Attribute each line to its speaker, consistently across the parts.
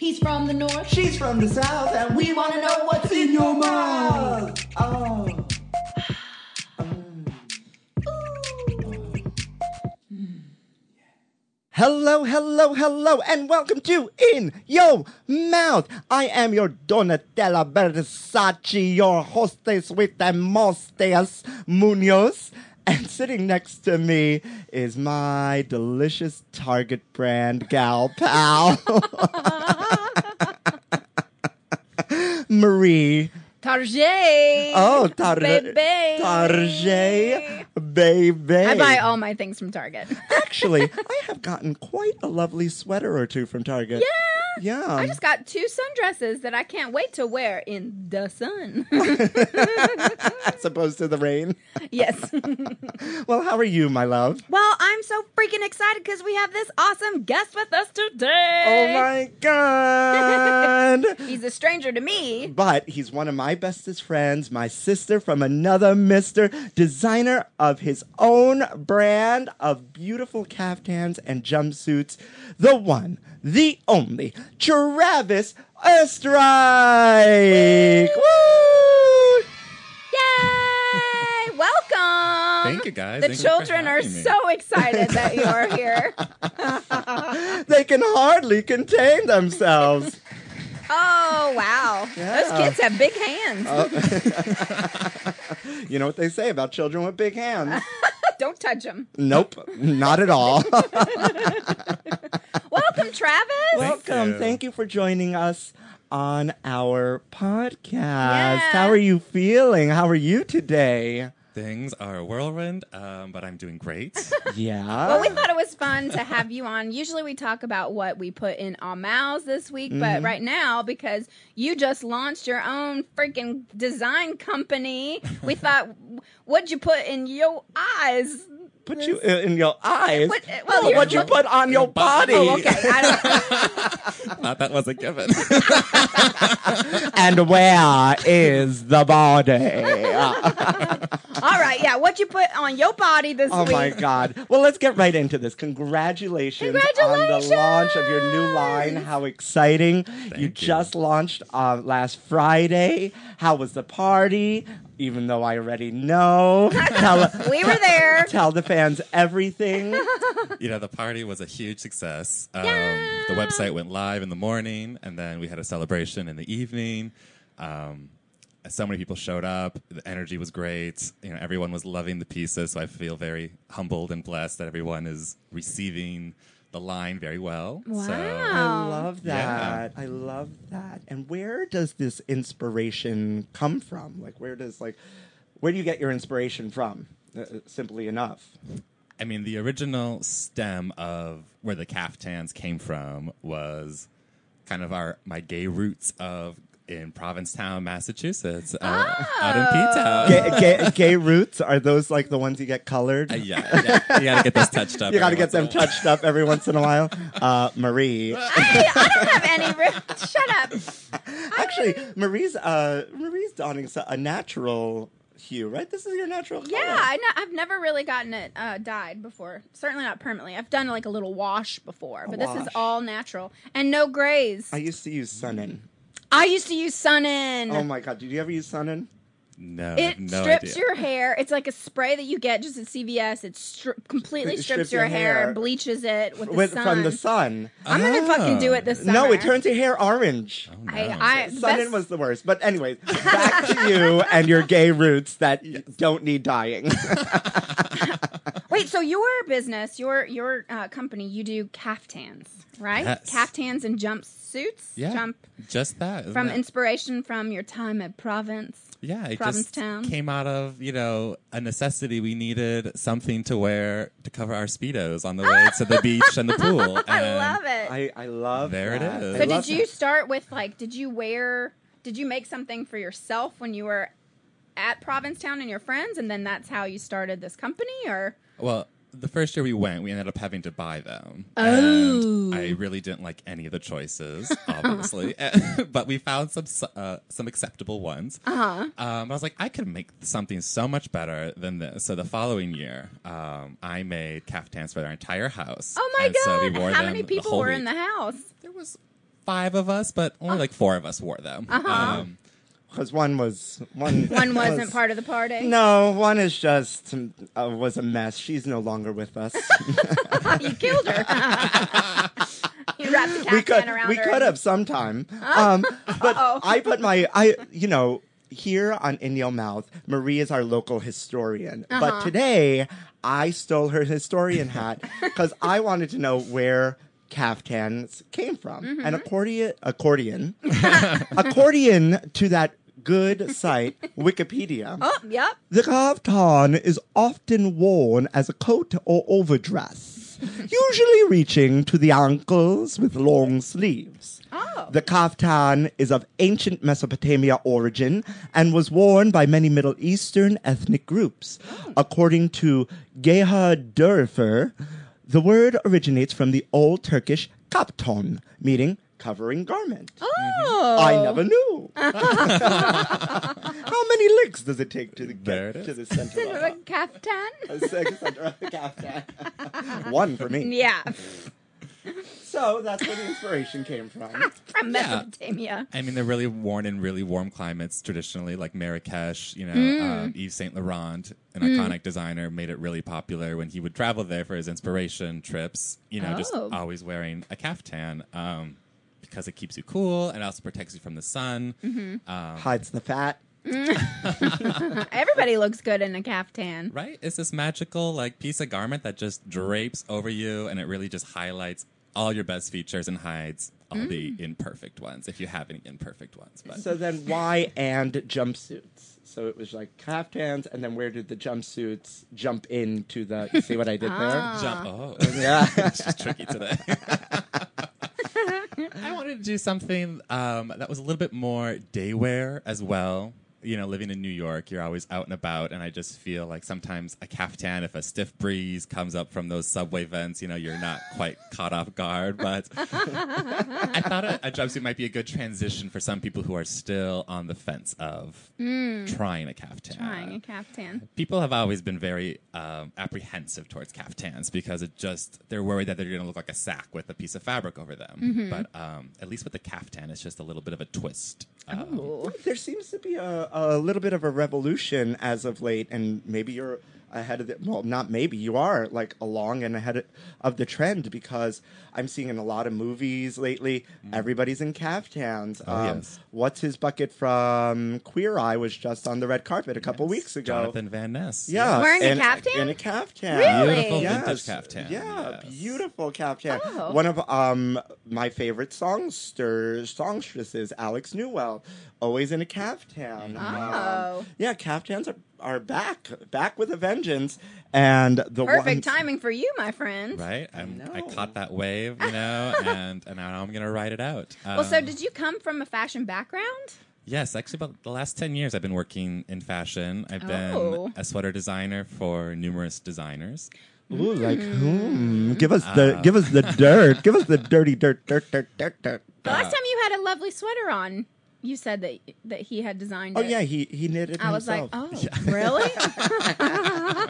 Speaker 1: He's from the north.
Speaker 2: She's from the south, and we want to know what's in your mouth. Oh. Um. Hmm. Hello, hello, hello, and welcome to In Yo Mouth. I am your Donatella Versace, your hostess with the mostes Munoz. And sitting next to me is my delicious Target brand gal pal, Marie.
Speaker 1: Tarjay.
Speaker 2: Oh, Tar-
Speaker 1: Baby.
Speaker 2: Target, baby.
Speaker 1: I buy all my things from Target.
Speaker 2: Actually, I have gotten quite a lovely sweater or two from Target. Yeah. Yeah.
Speaker 1: I just got two sundresses that I can't wait to wear in the sun.
Speaker 2: as opposed to the rain.
Speaker 1: yes.
Speaker 2: Well, how are you, my love?
Speaker 1: well, I'm so freaking excited because we have this awesome guest with us
Speaker 2: Oh
Speaker 1: today.
Speaker 2: my god.
Speaker 1: He's a stranger to me.
Speaker 2: But he's one of my bestest friends, my sister from another mister, designer of his own brand of beautiful caftans and jumpsuits. The one, the only, Travis Ostrike. Woo!
Speaker 1: Yay! Welcome.
Speaker 3: Thank you, guys.
Speaker 1: The
Speaker 3: Thank you for
Speaker 1: children are
Speaker 3: having me.
Speaker 1: so excited that you are here.
Speaker 2: They can hardly contain themselves.
Speaker 1: Oh wow! Those
Speaker 2: Yeah. Uh,
Speaker 1: kids have big hands.
Speaker 2: you know what they say about children with big hands?
Speaker 1: Don't touch them.
Speaker 2: Nope, not at all.
Speaker 1: Welcome, Travis.
Speaker 2: Welcome.
Speaker 3: you.
Speaker 2: Thank you for joining us on our podcast.
Speaker 1: Yeah.
Speaker 2: How are you feeling? How are you today?
Speaker 3: Things are a whirlwind, um, but I'm doing great.
Speaker 2: Yeah.
Speaker 1: well, we thought it was fun to have you on. Usually, we talk about what we put in our mouths this week,
Speaker 2: Mm-hmm.
Speaker 1: but right now, because you just launched your own freaking design company, we thought, what'd you put in your eyes?
Speaker 2: put you in, in your eyes.
Speaker 1: What- uh,
Speaker 2: No,
Speaker 1: well,
Speaker 2: what
Speaker 1: you're
Speaker 2: you
Speaker 1: looking-
Speaker 2: put on your body.
Speaker 1: Oh, okay. I don't,
Speaker 3: Not Uh, that was a given.
Speaker 2: And where is the body?
Speaker 1: all right, yeah. What you put on your body this
Speaker 2: oh
Speaker 1: week?
Speaker 2: my God. Well, let's get right into this. Congratulations, on
Speaker 1: Congratulations!
Speaker 2: the launch of your new line. How exciting. you,
Speaker 3: you.
Speaker 2: just launched uh, last Friday. How was the party? Even though I already know. Tell,
Speaker 1: We were there.
Speaker 2: tell the fans everything.
Speaker 3: you know, the party was a huge success. Um,
Speaker 1: Yeah.
Speaker 3: The website went live in the morning, and then we had a celebration in the evening. Um, so many people showed up. The energy was great. You know, everyone was loving the pieces. So I feel very humbled and blessed that everyone is receiving the line very well. So,
Speaker 2: I
Speaker 1: Wow.
Speaker 2: love
Speaker 3: Yeah.
Speaker 2: that. I love that. And where does this inspiration come from? Like, where does like, where do you get your inspiration from? Uh, uh, simply enough.
Speaker 3: I mean, the original stem of where the caftans came from was kind of our my gay roots of in Provincetown, Massachusetts, uh, out in P Town.
Speaker 2: Gay, gay, gay roots are those like the ones you get colored?
Speaker 3: Uh, yeah, yeah, you gotta get those touched up.
Speaker 2: you got to
Speaker 3: every
Speaker 2: get them
Speaker 3: once in a while.
Speaker 2: touched up every once in a while. Uh, Marie,
Speaker 1: Hey, I don't have any. Re- Shut up.
Speaker 2: actually, Marie's uh, Marie's donning s- a natural hue, right? This is your natural. Color.
Speaker 1: Yeah, I know, I've never really gotten it uh, dyed before. Certainly not permanently. I've done like a little wash before, but this is
Speaker 2: wash.
Speaker 1: all natural and no grays.
Speaker 2: I
Speaker 1: I,
Speaker 2: used to use Sunin.
Speaker 1: used to use Sunin.
Speaker 2: Oh my god, did you ever use Sunin?
Speaker 3: No, I
Speaker 1: it
Speaker 3: have no
Speaker 1: strips
Speaker 3: idea.
Speaker 1: your hair. It's like a spray that you get just at CVS. It stri- completely
Speaker 2: It
Speaker 1: strips,
Speaker 2: strips
Speaker 1: your,
Speaker 2: your
Speaker 1: hair,
Speaker 2: hair
Speaker 1: and bleaches it with,
Speaker 2: With
Speaker 1: the sun.
Speaker 2: from the sun. Ah.
Speaker 1: I'm gonna fucking do it this summer.
Speaker 2: No, it turns your hair orange.
Speaker 3: Oh,
Speaker 1: I,
Speaker 3: no.
Speaker 1: I
Speaker 2: Sunin
Speaker 1: best-
Speaker 2: was the worst. But anyways, back to you and your gay roots that don't need dyeing.
Speaker 1: wait. So your business, your your uh, company, you do caftans, right?
Speaker 3: Yes.
Speaker 1: Caftans and jumpsuits.
Speaker 3: yeah,
Speaker 1: Jump
Speaker 3: just that isn't
Speaker 1: from
Speaker 3: it?
Speaker 1: inspiration from your time at Province.
Speaker 3: Yeah, it
Speaker 1: Provincetown.
Speaker 3: just came out of you know a necessity. We needed something to wear to cover our speedos on the way to the beach and the pool.
Speaker 1: I
Speaker 3: and
Speaker 1: love it.
Speaker 2: I, I love
Speaker 3: There it
Speaker 2: that.
Speaker 3: is.
Speaker 2: I
Speaker 1: so
Speaker 2: love
Speaker 1: did you
Speaker 2: that.
Speaker 1: start with like did you wear did you make something for yourself when you were at Provincetown and your friends and then that's how you started this company or
Speaker 3: Well, the first year we went, we ended up having to buy them.
Speaker 1: Oh. Uh-huh.
Speaker 3: And I really didn't like any of the choices, obviously. but we found some uh, some acceptable ones. Uh-huh. Um, I was like, I could make something so much better than this. So the following year, um, I made caftans for their entire house.
Speaker 1: Oh my
Speaker 3: And so we
Speaker 1: god.
Speaker 3: wore
Speaker 1: how
Speaker 3: them
Speaker 1: many
Speaker 3: the
Speaker 1: people
Speaker 3: whole
Speaker 1: were in
Speaker 3: week.
Speaker 1: the house?
Speaker 3: There was five of us, but only like four of us wore them.
Speaker 1: Uh-huh.
Speaker 3: Um,
Speaker 2: because one was one.
Speaker 1: One wasn't
Speaker 2: was-
Speaker 1: part of the party.
Speaker 2: No, one is just uh, was a mess. She's no longer with us.
Speaker 1: you killed her. you wrapped the
Speaker 2: we
Speaker 1: caftan
Speaker 2: could
Speaker 1: around
Speaker 2: we
Speaker 1: her.
Speaker 2: could have sometime. Um, but
Speaker 1: Uh-oh.
Speaker 2: I put my I you know here on In Your Mouth, Marie is our local historian.
Speaker 1: Uh-huh.
Speaker 2: But today I stole her historian hat because I wanted to know where caftans came from.
Speaker 1: Mm-hmm.
Speaker 2: An accordion accordion accordion to that good site Wikipedia.
Speaker 1: Oh, yep.
Speaker 2: The kaftan is often worn as a coat or overdress, usually reaching to the ankles with long sleeves.
Speaker 1: Oh.
Speaker 2: The kaftan is of ancient Mesopotamia origin and was worn by many Middle Eastern ethnic groups. According to Geha Dörfer, the word originates from the Old Turkish kapton, meaning covering garment.
Speaker 1: Oh.
Speaker 2: I never knew. How many licks does it take to the
Speaker 3: There it
Speaker 2: get
Speaker 3: is.
Speaker 2: to the center?
Speaker 1: Instead
Speaker 2: of
Speaker 1: of
Speaker 2: a-
Speaker 1: a caftan?
Speaker 2: a second center of the captain. One for me.
Speaker 1: Yeah.
Speaker 2: So that's where the inspiration came from.
Speaker 1: From
Speaker 3: Yeah.
Speaker 1: Mesopotamia.
Speaker 3: I mean, they're really worn in really warm climates traditionally, like Marrakesh. You know, um, Yves Saint Laurent, an iconic designer, made it really popular when he would travel there for his inspiration trips. You know, just
Speaker 1: Oh.
Speaker 3: always wearing a caftan um, because it keeps you cool and also protects you from the sun. Um,
Speaker 2: Hides the fat.
Speaker 1: Everybody looks good in a caftan.
Speaker 3: Right? It's this magical like piece of garment that just drapes over you, and it really just highlights all your best features and hides all the imperfect ones if you have any imperfect ones. But
Speaker 2: So then why and jumpsuits? So it was like caftans, and then where did the jumpsuits jump into the? You see what I did there?
Speaker 3: jump. Oh,
Speaker 2: Yeah.
Speaker 3: it's just tricky today. I wanted to do something um, that was a little bit more daywear as well. You know, living in New York, you're always out and about, and I just feel like sometimes a caftan, if a stiff breeze comes up from those subway vents, you know, you're not quite caught off guard. But I thought a, a jumpsuit might be a good transition for some people who are still on the fence of trying a caftan
Speaker 1: Trying a caftan.
Speaker 3: people have always been very um, apprehensive towards caftans because it just they're worried that they're going to look like a sack with a piece of fabric over them.
Speaker 1: Mm-hmm.
Speaker 3: But um, at least with the caftan, it's just a little bit of a twist.
Speaker 1: Oh.
Speaker 3: Um,
Speaker 1: Ooh.
Speaker 2: There seems to be a, a little bit of a revolution as of late, and maybe you're ahead of the well, not maybe you are like along and ahead of the trend because I'm seeing in a lot of movies lately everybody's in caftans.
Speaker 3: Mm. Oh, yes.
Speaker 2: What's his bucket from Queer Eye was just on the red carpet a couple weeks ago.
Speaker 3: Jonathan Van Ness.
Speaker 2: Yeah,
Speaker 1: Wearing a
Speaker 2: in
Speaker 1: caftan?
Speaker 2: In a caftan.
Speaker 1: Really?
Speaker 3: beautiful
Speaker 1: Yes.
Speaker 3: vintage caftan.
Speaker 2: Yeah,
Speaker 3: Yes.
Speaker 2: beautiful caftan.
Speaker 1: Oh.
Speaker 2: One of um my favorite songsters, songstresses, Alex Newell, always in a caftan.
Speaker 1: Oh.
Speaker 2: Um, yeah, caftans are, are back, back with a vengeance. And the
Speaker 1: Perfect
Speaker 2: one,
Speaker 1: timing for you, my friend.
Speaker 3: Right, I'm, I,
Speaker 2: know.
Speaker 3: caught that wave, you know, and, and now I'm gonna ride it out.
Speaker 1: Well, so
Speaker 2: uh,
Speaker 3: Um,
Speaker 1: did you come from a fashion background?
Speaker 3: Yes, actually, about the last 10 years, I've been working in fashion. I've
Speaker 1: Oh.
Speaker 3: been a sweater designer for numerous designers.
Speaker 2: Ooh, like hmm, give us
Speaker 3: Ah.
Speaker 2: the give us the dirt, give us the dirty dirt, dirt, dirt, dirt, dirt.
Speaker 1: The last time you had a lovely sweater on, you said that that he had designed
Speaker 2: Oh
Speaker 1: it.
Speaker 2: yeah, he he knitted
Speaker 1: I was
Speaker 2: himself.
Speaker 1: like, oh, really?
Speaker 3: Oh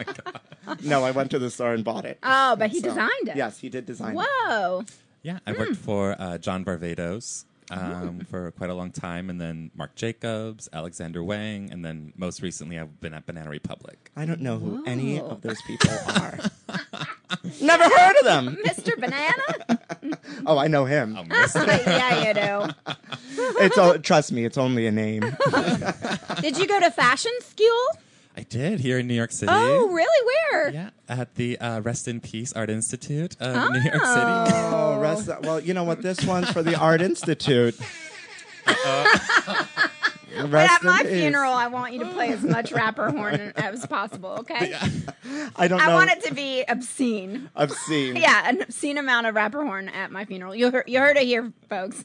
Speaker 2: No, I went to the store and bought it.
Speaker 1: Oh, but he
Speaker 2: So,
Speaker 1: designed it.
Speaker 2: Yes, he did design it.
Speaker 1: Whoa.
Speaker 3: Yeah, I worked for uh, John Barbados um, for quite a long time, and then Mark Jacobs, Alexander Wang, and then most recently I've been at Banana Republic.
Speaker 2: I don't know who any
Speaker 1: Whoa.
Speaker 2: of those people are. Never heard of them.
Speaker 1: Mr. Banana?
Speaker 2: Oh, I know him.
Speaker 3: Oh, miss-
Speaker 1: yeah, you
Speaker 2: It's all, trust me, it's only a name.
Speaker 1: do. Did you go to fashion school?
Speaker 3: I did here in New York City.
Speaker 1: Oh, really? Where?
Speaker 3: Yeah, at the uh, Rest in Peace Art Institute of New York City.
Speaker 2: Oh, rest well, you know what? This one's for the Art Institute. Rest
Speaker 1: At
Speaker 2: in
Speaker 1: my
Speaker 2: peace.
Speaker 1: funeral, I want you to play as much rapper horn as possible, okay?
Speaker 2: I don't
Speaker 1: I
Speaker 2: know.
Speaker 1: want it to be obscene.
Speaker 2: obscene.
Speaker 1: Yeah, an obscene amount of rapper horn at my funeral. You heard, you heard it here, folks.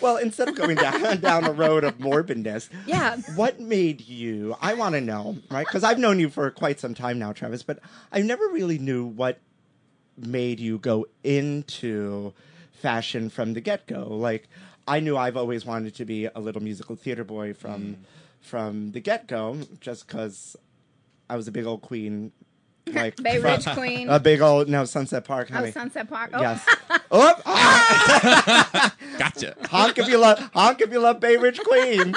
Speaker 2: Well, instead of going down down a road of morbidness,
Speaker 1: yeah.
Speaker 2: what made you? I want to know, right? Because I've known you for quite some time now, Travis, but I never really knew what made you go into fashion from the get go. Like, I knew I've always wanted to be a little musical theater boy
Speaker 1: Mm.
Speaker 2: from from the get go, just because I was a big old Queen Like
Speaker 1: Bay
Speaker 2: from
Speaker 1: Ridge Queen.
Speaker 2: A big old no Sunset Park,
Speaker 1: oh,
Speaker 2: honey.
Speaker 1: Sunset Park. Oh,
Speaker 2: yes. oh, ah,
Speaker 3: Gotcha.
Speaker 2: honk if you love honk if you love Bay Ridge Queens.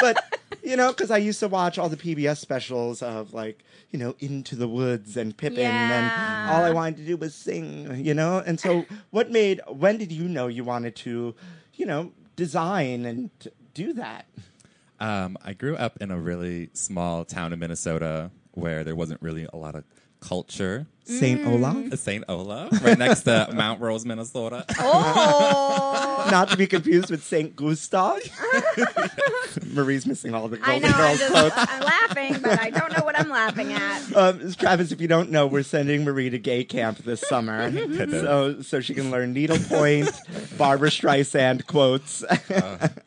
Speaker 2: but you know, because I used to watch all the PBS specials of like you know Into the Woods and Pippin,
Speaker 1: Yeah.
Speaker 2: and all I wanted to do was sing. You know, and so what made? When did you know you wanted to, you know, design and do that?
Speaker 3: Um, I grew up in a really small town in Minnesota where there wasn't really a lot of culture.
Speaker 2: Saint
Speaker 1: Mm.
Speaker 2: Olaf.
Speaker 3: St. Olaf, right next to Mount Rose, Minnesota.
Speaker 1: oh.
Speaker 2: Not to be confused with Saint Gustav. Marie's missing all the
Speaker 1: I
Speaker 2: golden
Speaker 1: know. I'm
Speaker 2: girls
Speaker 1: just
Speaker 2: quotes.
Speaker 1: I'm laughing, but I don't know what I'm laughing at.
Speaker 2: Um, Travis, if you don't know, we're sending Marie to gay camp this summer,
Speaker 3: Goodness.
Speaker 2: so so she can learn needlepoint, Barbara Streisand quotes.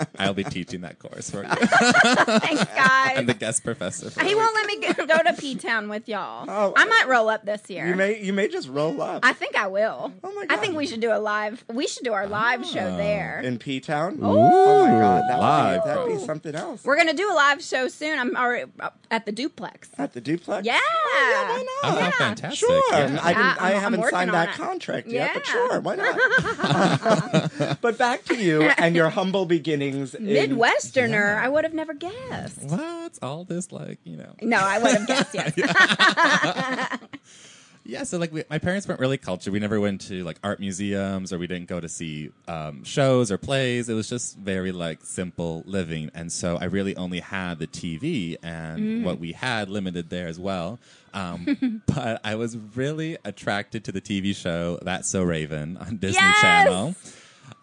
Speaker 3: I'll be teaching that course for you.
Speaker 1: Thanks, guys.
Speaker 3: I'm the guest professor. For
Speaker 1: he
Speaker 3: you.
Speaker 1: won't let me go, go to P Town with y'all.
Speaker 2: Oh.
Speaker 1: I might roll up this year.
Speaker 2: you may you may just roll up
Speaker 1: I think I will.
Speaker 2: Oh my
Speaker 1: I think
Speaker 2: God. Oh,
Speaker 1: we should do a live. We should do our live show there.
Speaker 2: in P Town.
Speaker 1: Oh.
Speaker 2: my God, that
Speaker 3: Live.
Speaker 2: would be, that'd be something else.
Speaker 1: We're gonna do a live show soon. I'm already uh, at the duplex.
Speaker 2: at the duplex.
Speaker 1: Yeah.
Speaker 2: Oh, yeah, why
Speaker 3: Oh,
Speaker 2: not?
Speaker 1: Yeah.
Speaker 3: fantastic.
Speaker 2: Sure,
Speaker 3: Yeah.
Speaker 2: I, didn't,
Speaker 1: Yeah,
Speaker 2: I
Speaker 1: I'm- I'm
Speaker 2: haven't
Speaker 1: working
Speaker 2: signed
Speaker 1: on
Speaker 2: that
Speaker 1: it.
Speaker 2: contract yet, but
Speaker 1: Yeah.
Speaker 2: sure, why not? but back to you and your humble beginnings. in-
Speaker 1: Midwesterner.
Speaker 3: yeah.
Speaker 1: I would have never
Speaker 2: Mm.
Speaker 1: guessed.
Speaker 3: What's all this like, you know?
Speaker 1: No, I would have guessed yes.
Speaker 3: Yeah, so like we, my parents weren't really cultured. We never went to like art museums or we didn't go to see um, shows or plays. It was just very like simple living. And so I really only had the TV and what we had limited there as well. Um, but I was really attracted to the TV show That's So Raven on Disney
Speaker 1: Yes!
Speaker 3: Channel.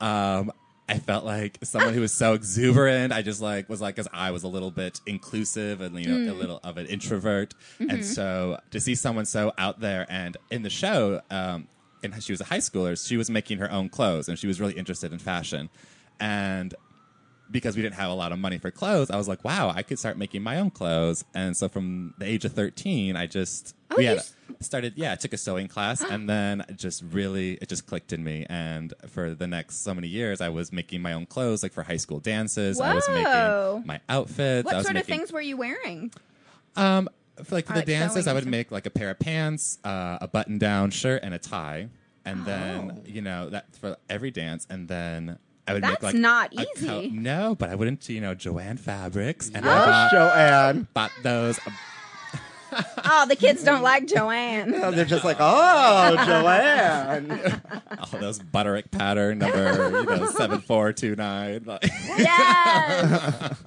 Speaker 3: Um, I felt like someone who was so exuberant. I just like was like, because I was a little bit inclusive and you know a little of an introvert, and so to see someone so out there and in the show, um, and she was a high schooler. She was making her own clothes, and she was really interested in fashion, and because we didn't have a lot of money for clothes, I was like, wow, I could start making my own clothes. And so from the age of 13, I just
Speaker 1: Oh,
Speaker 3: we
Speaker 1: you
Speaker 3: had-
Speaker 1: s-
Speaker 3: started, yeah, I took a sewing class and then it just really, it just clicked in me. And for the next so many years, I was making my own clothes, like for high school dances. I was
Speaker 1: Whoa.
Speaker 3: making my outfits. I
Speaker 1: What
Speaker 3: was
Speaker 1: sort of
Speaker 3: making-
Speaker 1: things were you wearing?
Speaker 3: um, for like for
Speaker 1: Or,
Speaker 3: the
Speaker 1: like,
Speaker 3: dances,
Speaker 1: sewing
Speaker 3: I
Speaker 1: and
Speaker 3: would
Speaker 1: stuff.
Speaker 3: make like a pair of pants, uh, a button-down shirt, and a tie, and
Speaker 1: Oh.
Speaker 3: then you know that for every dance, and then I would
Speaker 1: That's
Speaker 3: make like
Speaker 1: not
Speaker 3: a co-
Speaker 1: easy.
Speaker 3: no, but I wouldn't. You know, Joanne Fabrics, and I
Speaker 2: Yes,
Speaker 3: bought,
Speaker 2: Joanne.
Speaker 3: bought those.
Speaker 1: Oh, the kids don't like Joanne.
Speaker 2: They're just like, oh, Joanne.
Speaker 3: all those Butterick pattern number you know seven four two nine.
Speaker 1: Yes.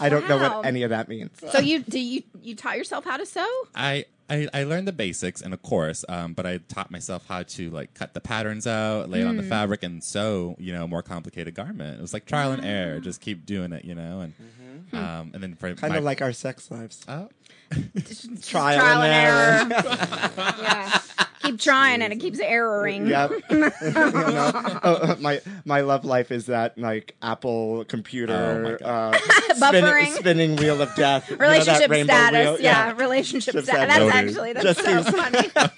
Speaker 2: I don't know
Speaker 1: Wow.
Speaker 2: what any of that means.
Speaker 1: So you do you you taught yourself how to sew?
Speaker 3: I, I I learned the basics in a course, um, but I taught myself how to like cut the patterns out, lay it on the fabric, and sew. You know, a more complicated garment. It was like trial and error. Just keep doing it. You know, and um, and then for
Speaker 2: Kind
Speaker 3: my-
Speaker 2: of like our sex lives.
Speaker 3: oh,
Speaker 2: Trial, and
Speaker 1: and
Speaker 2: error.
Speaker 1: error. yeah. Keep trying and it keeps erroring.
Speaker 2: Yep. You know? Oh, my my love life is that like Apple computer
Speaker 3: Oh, my
Speaker 2: uh, spinning,
Speaker 1: Buffering.
Speaker 2: spinning wheel of death. You know, that
Speaker 1: Relationship
Speaker 2: rainbow
Speaker 1: status.
Speaker 2: wheel?
Speaker 1: yeah. relationship
Speaker 2: Relationship
Speaker 1: status.
Speaker 2: status.
Speaker 1: That's actually that's
Speaker 2: Just
Speaker 1: so
Speaker 2: seems-
Speaker 1: funny.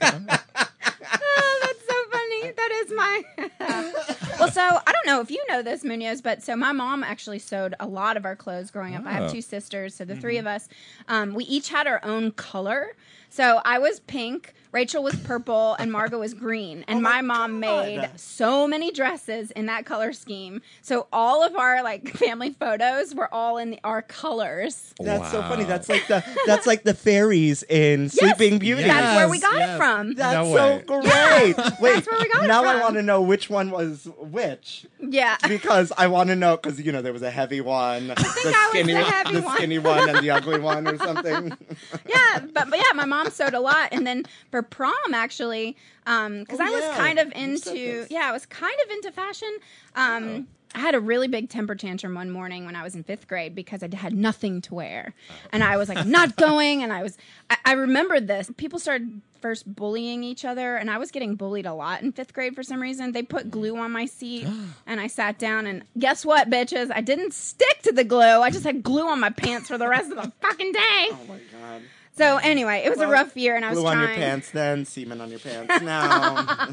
Speaker 1: oh, that's so funny. That is my Well, so I don't know if you know this, Munoz, but so my mom actually sewed a lot of our clothes growing up. I have
Speaker 3: Oh.
Speaker 1: two sisters, so the
Speaker 2: Mm-hmm.
Speaker 1: three of us, um, we each had our own color. So I was pink, Rachel was purple, and Margot was green.
Speaker 2: Oh
Speaker 1: And my, mom made so many dresses in that color scheme. So all of our like family photos were all in the, our colors.
Speaker 2: That's so funny.
Speaker 3: Wow.
Speaker 2: That's like the that's like the fairies in Sleeping Beauty.
Speaker 3: Yeah.
Speaker 1: That's where we
Speaker 3: Yes,
Speaker 1: got
Speaker 3: yes.
Speaker 1: it from.
Speaker 2: That's
Speaker 3: No
Speaker 2: so
Speaker 3: way.
Speaker 2: great. Wait,
Speaker 1: where we got it
Speaker 2: now I
Speaker 1: from.
Speaker 2: want to know which one was which.
Speaker 1: yeah.
Speaker 2: because I want to know because you know there was a heavy one, the
Speaker 1: I was
Speaker 2: skinny,
Speaker 1: the heavy
Speaker 2: the
Speaker 1: one.
Speaker 2: skinny one, and the ugly one, or something.
Speaker 1: yeah, but, but yeah, my mom sewed a lot, and then for prom actually, because
Speaker 2: Oh,
Speaker 1: I was
Speaker 2: yeah.
Speaker 1: kind of
Speaker 2: You said
Speaker 1: into
Speaker 2: this.
Speaker 1: yeah, I was kind of into fashion. Um, I had a really big temper tantrum one morning when I was in fifth grade because I had nothing to wear, and I was like not going, and I was I, I remembered this. People started first bullying each other, and I was getting bullied a lot in fifth grade for some reason. They put glue on my seat, and I sat down, and guess what, bitches? I didn't stick to the glue. I just had glue on my pants for the rest of the fucking day.
Speaker 2: Oh my god!
Speaker 1: So anyway, it was
Speaker 2: Well,
Speaker 1: a rough year, and I was
Speaker 2: Glue on
Speaker 1: trying.
Speaker 2: your pants, then semen on your pants. Now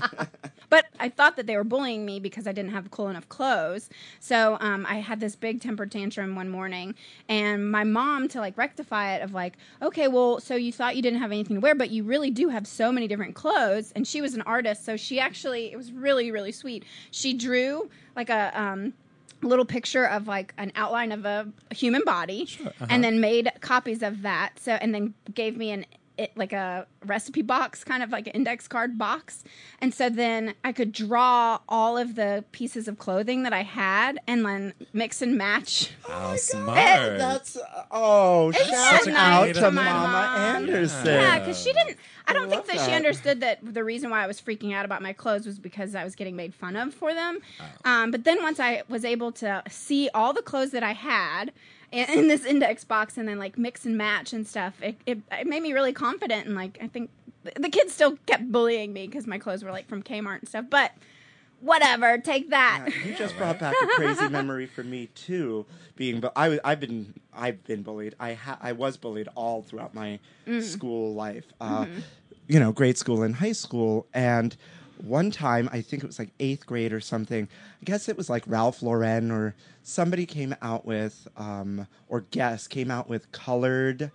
Speaker 1: But I thought that they were bullying me because I didn't have cool enough clothes. So um, I had this big temper tantrum one morning, and my mom to like rectify it of like, okay, well, so you thought you didn't have anything to wear, but you really do have so many different clothes. And she was an artist, so she actually it was really really sweet. She drew like a. Um, little picture of like an outline of a human body and then made copies of that so and then gave me an it, like a recipe box kind of like an index card box and so then i could draw all of the pieces of clothing that i had and then mix and match
Speaker 3: How
Speaker 2: Hey,
Speaker 3: smart.
Speaker 2: that's oh,
Speaker 1: Isn't
Speaker 2: shout
Speaker 1: that
Speaker 2: out
Speaker 1: nice
Speaker 2: to
Speaker 1: for
Speaker 2: Mama
Speaker 1: my mom?
Speaker 2: Anderson.
Speaker 1: yeah because she didn't i don't think
Speaker 2: love
Speaker 1: that, she
Speaker 2: that.
Speaker 1: understood that the reason why i was freaking out about my clothes was because i was getting made fun of for them um, but then once i was able to see all the clothes that i had in, in this index box and then like mix and match and stuff it, it, it made me really confident and like i think the- the kids still kept bullying me because my clothes were like from kmart and stuff but whatever take that
Speaker 2: You just brought back a crazy memory for me too. Being, but I, was- I've been, I've been bullied. I, ha- I was bullied all throughout my
Speaker 1: Mm-hmm.
Speaker 2: school life. Uh, You know, grade school and high school. And one time, I think it was like eighth grade or something. I guess it was like Ralph Lauren or somebody came out with, um, or guess came out with colored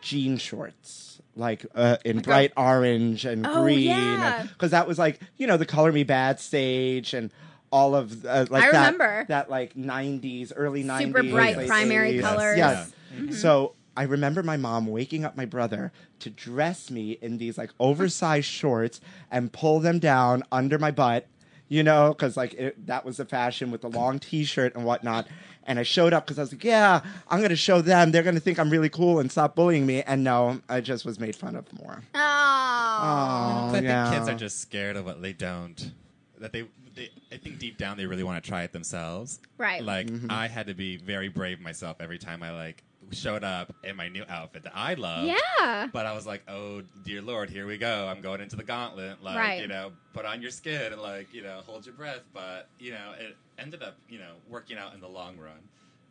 Speaker 2: jean shorts. Like uh, in bright orange and
Speaker 1: Oh,
Speaker 2: green,
Speaker 1: yeah.
Speaker 2: and because that was like you know the color me bad stage and all of uh, like
Speaker 1: I
Speaker 2: that,
Speaker 1: remember.
Speaker 2: that like 90s early 90s
Speaker 1: Super bright
Speaker 2: late
Speaker 1: primary
Speaker 2: 80s.
Speaker 1: colors.
Speaker 2: yes
Speaker 3: Mm-hmm.
Speaker 2: so I remember my mom waking up my brother to dress me in these like oversized shorts and pull them down under my butt you know because like it, that was the fashion with the long t-shirt and whatnot and I showed up because I was like, yeah, I'm going to show them. They're going to think I'm really cool and stop bullying me. And no, I just was made fun of more.
Speaker 1: oh
Speaker 2: Oh,
Speaker 3: I think
Speaker 2: yeah.
Speaker 3: kids are just scared of what they don't. That they, they, I think deep down they really want to try it themselves.
Speaker 1: Right.
Speaker 3: Like
Speaker 2: Mm-hmm.
Speaker 3: I had to be very brave myself every time I like showed up in my new outfit that I love.
Speaker 1: yeah
Speaker 3: But I was like, oh dear lord, here we go. I'm going into the gauntlet. Like
Speaker 1: Right.
Speaker 3: you know, put on your skin and like you know, hold your breath. But you know, it ended up you know working out in the long run.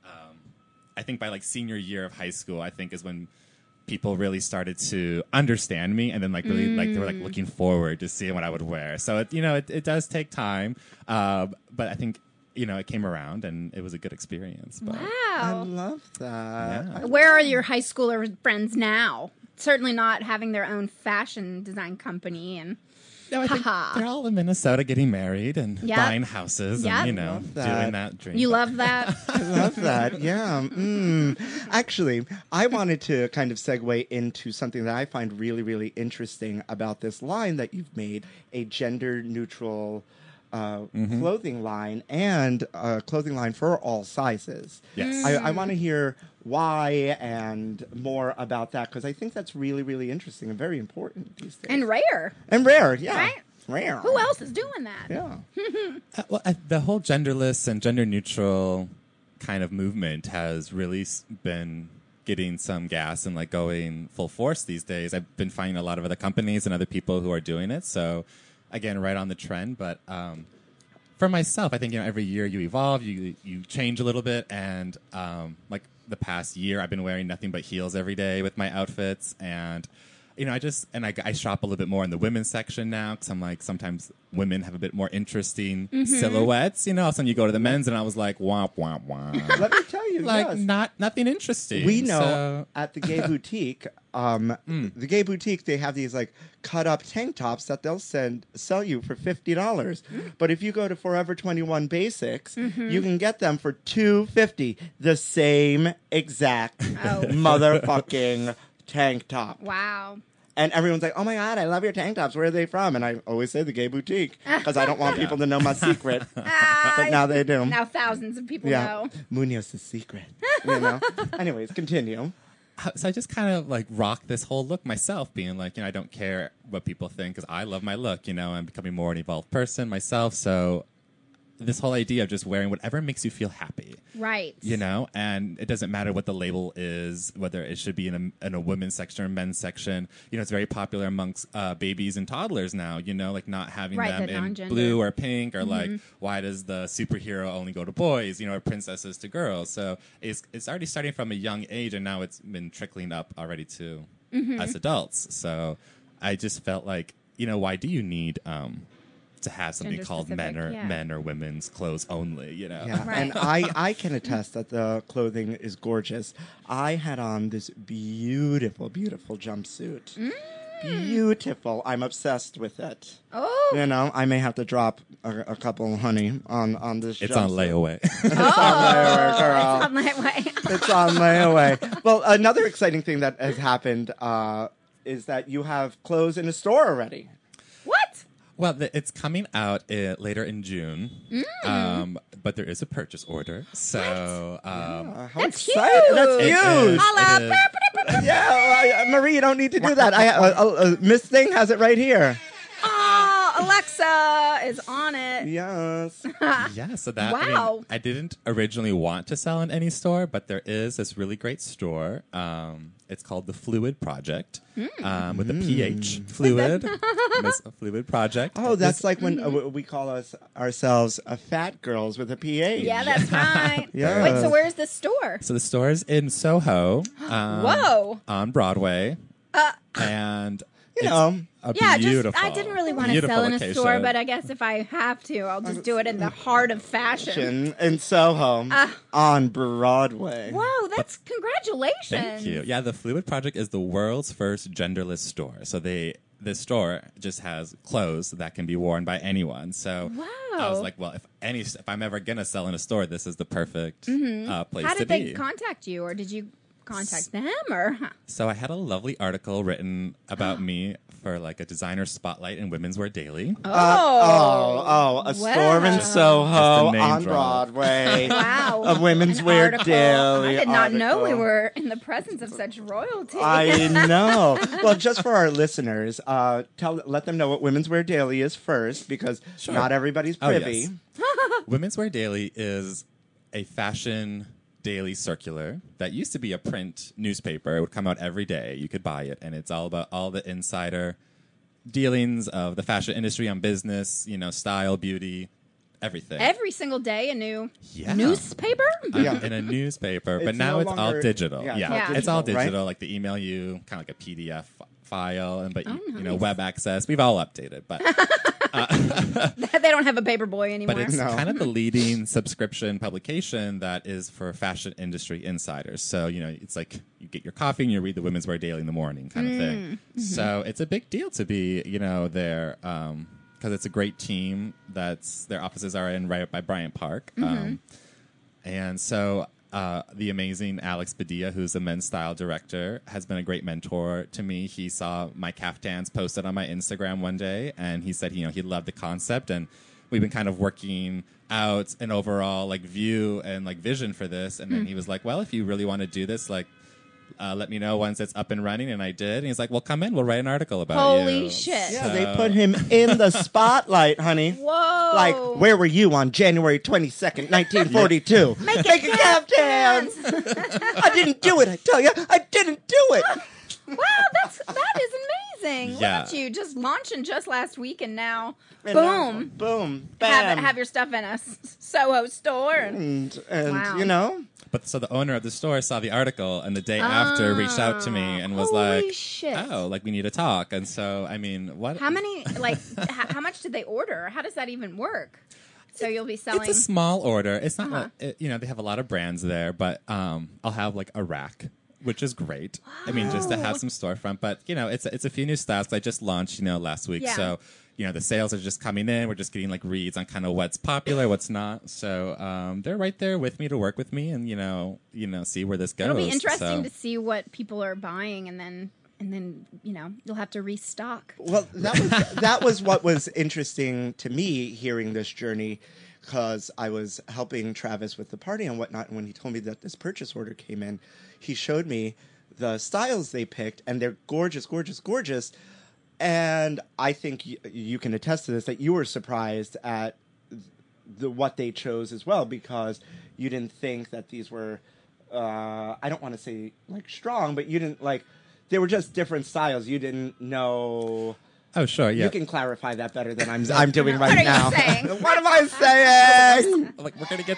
Speaker 3: Um, I think by like senior year of high school, I think is when people really started to understand me and then like really like they were like looking
Speaker 1: Mm.
Speaker 3: forward to seeing what I would wear. So it, you know, it, it does take time, Um but I think you know it came around and it was a good experience. But
Speaker 2: I
Speaker 1: wow
Speaker 2: love that.
Speaker 3: Yeah.
Speaker 1: Where are your high schooler friends now? Certainly not having their own fashion design company and
Speaker 3: No, I think
Speaker 1: Ha-ha.
Speaker 3: they're all in Minnesota getting married and
Speaker 1: Yep.
Speaker 3: buying houses
Speaker 1: Yep.
Speaker 3: and you know
Speaker 2: Love that.
Speaker 3: doing that dream.
Speaker 1: you love that.
Speaker 2: I love that. Yeah. Mm. Actually, I wanted to kind of segue into something that I find really, really interesting about this line that you've made a gender neutral uh,
Speaker 3: Mm-hmm.
Speaker 2: clothing line and a clothing line for all sizes.
Speaker 3: Yes.
Speaker 2: I, I want to hear why and more about that because I think that's really, really interesting and very important these days.
Speaker 1: and rare.
Speaker 2: And rare. Yeah.
Speaker 1: Right?
Speaker 2: Rare.
Speaker 1: Who else Hmm. is doing that?
Speaker 2: Yeah.
Speaker 3: Uh, well, I, the whole genderless and gender neutral kind of movement has really s- been getting some gas and like going full force these days. I've been finding a lot of other companies and other people who are doing it. So, again, right on the trend. But um, for myself, I think you know every year you evolve, you you change a little bit, and um, like the past year, I've been wearing nothing but heels every day with my outfits, and you know I just and I, I shop a little bit more in the women's section now because I'm like sometimes women have a bit more interesting silhouettes. You know, sometimes you go to the men's, and I was like womp womp womp,
Speaker 2: Let me tell you.
Speaker 3: like
Speaker 2: yes.
Speaker 3: not nothing interesting.
Speaker 2: we know
Speaker 3: So-
Speaker 2: at the gay boutique um
Speaker 1: Hmm.
Speaker 2: the gay boutique they have these like cut up tank tops that they'll send sell you for $50 dollars
Speaker 1: Hmm.
Speaker 2: but if you go to forever 21 basics
Speaker 1: Mm-hmm.
Speaker 2: you can get them for 250 the same exact
Speaker 1: Oh.
Speaker 2: motherfucking tank top
Speaker 1: Wow.
Speaker 2: and everyone's like oh my god i love your tank tops where are they from and i always say the gay boutique because i don't want people to know my secret
Speaker 1: Ah,
Speaker 2: but now they do
Speaker 1: now thousands of people
Speaker 2: yeah
Speaker 1: know.
Speaker 2: munoz is secret you know anyways continue
Speaker 3: how- so I just kind of like rock this whole look myself, being like, you know, I don't care what people think because I love my look. You know, I'm becoming more an evolved person myself. So this whole idea of just wearing whatever makes you feel happy,
Speaker 1: Right.
Speaker 3: you know, and it doesn't matter what the label is, whether it should be in a, in a women's section or men's section. You know, it's very popular amongst uh, babies and toddlers now. You know, like not having
Speaker 1: Right,
Speaker 3: them
Speaker 1: the
Speaker 3: in
Speaker 1: non-gender. Mm-hmm.
Speaker 3: blue or pink or like why does the superhero only go to boys you know or princesses to girls so it's it's already starting from a young age and now it's been trickling up already to
Speaker 1: Mm-hmm.
Speaker 3: us adults so i just felt like you know why do you need um to have something
Speaker 1: Gender
Speaker 3: called men
Speaker 1: specific,
Speaker 3: or
Speaker 1: yeah.
Speaker 3: men or women's clothes only. You know,
Speaker 2: Yeah,
Speaker 1: Right.
Speaker 2: and I, I can attest that the clothing is gorgeous. I had on this beautiful, beautiful jumpsuit.
Speaker 1: Mm.
Speaker 2: Beautiful. I'm obsessed with it.
Speaker 1: Oh,
Speaker 2: You know, I may have to drop a, a couple, honey, on on this.
Speaker 3: it's on
Speaker 2: jumpsuit.
Speaker 3: layaway.
Speaker 1: Oh.
Speaker 2: Layaway, girl.
Speaker 1: on that way.
Speaker 2: it's on layaway. Well, another exciting thing that has happened uh, is that you have clothes in a store already.
Speaker 1: what?
Speaker 3: Well, the, it's coming out uh, later in June,
Speaker 1: Mm.
Speaker 3: um, but there is a purchase order. So, um,
Speaker 2: Uh, how
Speaker 1: That's
Speaker 2: exciting! That's
Speaker 1: huge.
Speaker 3: It
Speaker 2: huge.
Speaker 3: is.
Speaker 1: Holla.
Speaker 3: It
Speaker 1: Burp,
Speaker 3: is.
Speaker 1: burp, burp, burp.
Speaker 2: Yeah, I- I- Marie, you don't need to do that. I uh, uh, uh, Miss Thing has it right here.
Speaker 1: Oh, Alexa is on it.
Speaker 2: Yes.
Speaker 3: yeah, so that I,
Speaker 1: Wow.
Speaker 3: mean, I didn't originally want to sell in any store, but there is this really great store. Um, it's called the Fluid Project
Speaker 1: Mm.
Speaker 3: um, with a
Speaker 2: Mm.
Speaker 3: PH. Fluid, Miss Fluid Project.
Speaker 2: Oh, that's like when uh, w- we call us ourselves uh, fat girls with a PH.
Speaker 1: Yeah, that's right.
Speaker 2: Yeah.
Speaker 1: Wait, so where's the store?
Speaker 3: So the store is in Soho. Um,
Speaker 1: Whoa. Uh,
Speaker 3: On Broadway. and
Speaker 2: You
Speaker 3: it's
Speaker 2: know.
Speaker 3: a
Speaker 1: Yeah,
Speaker 3: beautiful.
Speaker 1: just I didn't really want to
Speaker 3: beautiful
Speaker 1: sell in a store,
Speaker 3: location.
Speaker 1: but I guess if I have to, I'll just do it in the heart of fashion.
Speaker 2: In, in Soho on Broadway.
Speaker 1: Uh. Whoa, that's congratulations!
Speaker 3: Thank you. Yeah, the Fluid Project is the world's first genderless store. So they this store just has clothes that can be worn by anyone. So I was
Speaker 1: Wow.
Speaker 3: like, well, if any if I'm ever gonna sell in a store, this is the perfect uh,
Speaker 1: Mm-hmm.
Speaker 3: place
Speaker 1: How
Speaker 3: to
Speaker 1: did they
Speaker 3: be.
Speaker 1: contact you, or did you contact them, or
Speaker 3: so I had a lovely article written about me for like a designer spotlight in Women's Wear Daily.
Speaker 1: oh,
Speaker 2: Oh, oh, a store
Speaker 1: Wow.
Speaker 2: in Soho
Speaker 3: Just a name
Speaker 2: on
Speaker 3: drop.
Speaker 2: Broadway.
Speaker 1: wow,
Speaker 2: A women's
Speaker 1: An
Speaker 2: wear
Speaker 1: article.
Speaker 2: daily
Speaker 1: I did not know we
Speaker 2: article.
Speaker 1: were in the presence of such royalty.
Speaker 2: I know. Well, just for our listeners, uh, tell let them know what Women's Wear Daily is first, because
Speaker 3: Sure.
Speaker 2: not everybody's
Speaker 3: Oh,
Speaker 2: privy.
Speaker 3: yes. Women's Wear Daily is a fashion daily circular that used to be a print newspaper. It would come out every day. You could buy it, and it's all about all the insider dealings of the fashion industry on business, you know, style, beauty, everything.
Speaker 1: Every single day, a new
Speaker 3: Yeah.
Speaker 1: newspaper.
Speaker 3: Um,
Speaker 2: Yeah.
Speaker 3: in a newspaper,
Speaker 2: It's
Speaker 3: but now
Speaker 2: no
Speaker 3: it's all
Speaker 2: longer-
Speaker 3: digital.
Speaker 2: yeah,
Speaker 3: Yeah,
Speaker 2: it's
Speaker 1: all
Speaker 3: it's all
Speaker 2: digital, right?
Speaker 3: digital. Like they email you kind of like a PDF file, and but you, you know,
Speaker 1: nice.
Speaker 3: web access. We've all updated, but
Speaker 1: they don't have a paper boy anymore.
Speaker 3: But it's
Speaker 2: No.
Speaker 3: kind of the leading subscription publication that is for fashion industry insiders. So, you know, it's like you get your coffee and you read the Women's Wear Daily in the morning kind of thing. So it's a big deal to be, you know, there because it's a great team that's their offices are in right up by Bryant Park. Um, and so uh, the amazing Alex Padilla, who's the men's style director, has been a great mentor to me. He saw my caftans posted on my Instagram one day, and he said, you know, he loved the concept, and we've been kind of working out an overall like view and like vision for this. And
Speaker 1: Hmm.
Speaker 3: then he was like, well, if you really want to do this, like. Uh, let me know once it's up and running, and I did. And he's like, "Well, come in. We'll write an article about you."
Speaker 1: Holy shit.
Speaker 2: Yeah, they put him in the spotlight, honey.
Speaker 1: Whoa!
Speaker 2: Like, where were you on January 22nd, 1942? Make it captain! I didn't do it, I tell you. I didn't do it.
Speaker 1: Wow, that's that is amazing.
Speaker 3: Yeah.
Speaker 1: Look at you, just launching just last week, and now,
Speaker 2: And now,
Speaker 1: boom,
Speaker 2: boom,
Speaker 1: have
Speaker 2: bam.
Speaker 1: it, have your stuff in a s- Soho store. And
Speaker 2: and, and
Speaker 1: Wow.
Speaker 2: you know,
Speaker 3: But so the owner of the store saw the article and the day after reached out to me and was
Speaker 1: Ah, Holy
Speaker 3: like,
Speaker 1: shit.
Speaker 3: "Oh, like we need to talk." And so, I mean, what?
Speaker 1: how many? Like, h- how much did they order? How does that even work? So you'll be selling. Uh-huh.
Speaker 3: It's a small order. It's not, a, it- you know, they have a lot of brands there, but um, I'll have like a rack, which is great. I mean, just to have some storefront. But you know, it's it's a few new styles I just launched, you know, last week.
Speaker 1: Yeah.
Speaker 3: So you know, the sales are just coming in. We're just getting like reads on kind of what's popular, what's not. So um, they're right there with me to work with me, and you know, you know, see where this goes.
Speaker 1: It'll be interesting
Speaker 3: So-
Speaker 1: to see what people are buying, and then and then you know you'll have to restock.
Speaker 2: Well, that was that was what was interesting to me hearing this journey, because I was helping Travis with the party and whatnot. And when he told me that this purchase order came in, he showed me the styles they picked, and they're gorgeous, gorgeous, gorgeous. And I think you, you can attest to this that you were surprised at the what they chose as well because you didn't think that these were uh, I don't want to say like strong, but you didn't like they were just different styles. You didn't know
Speaker 3: Oh, sure. Yeah.
Speaker 2: You can clarify that better than I'm, I'm doing right
Speaker 1: are you
Speaker 2: now.
Speaker 1: saying?
Speaker 2: what am I saying?
Speaker 3: like we're gonna get.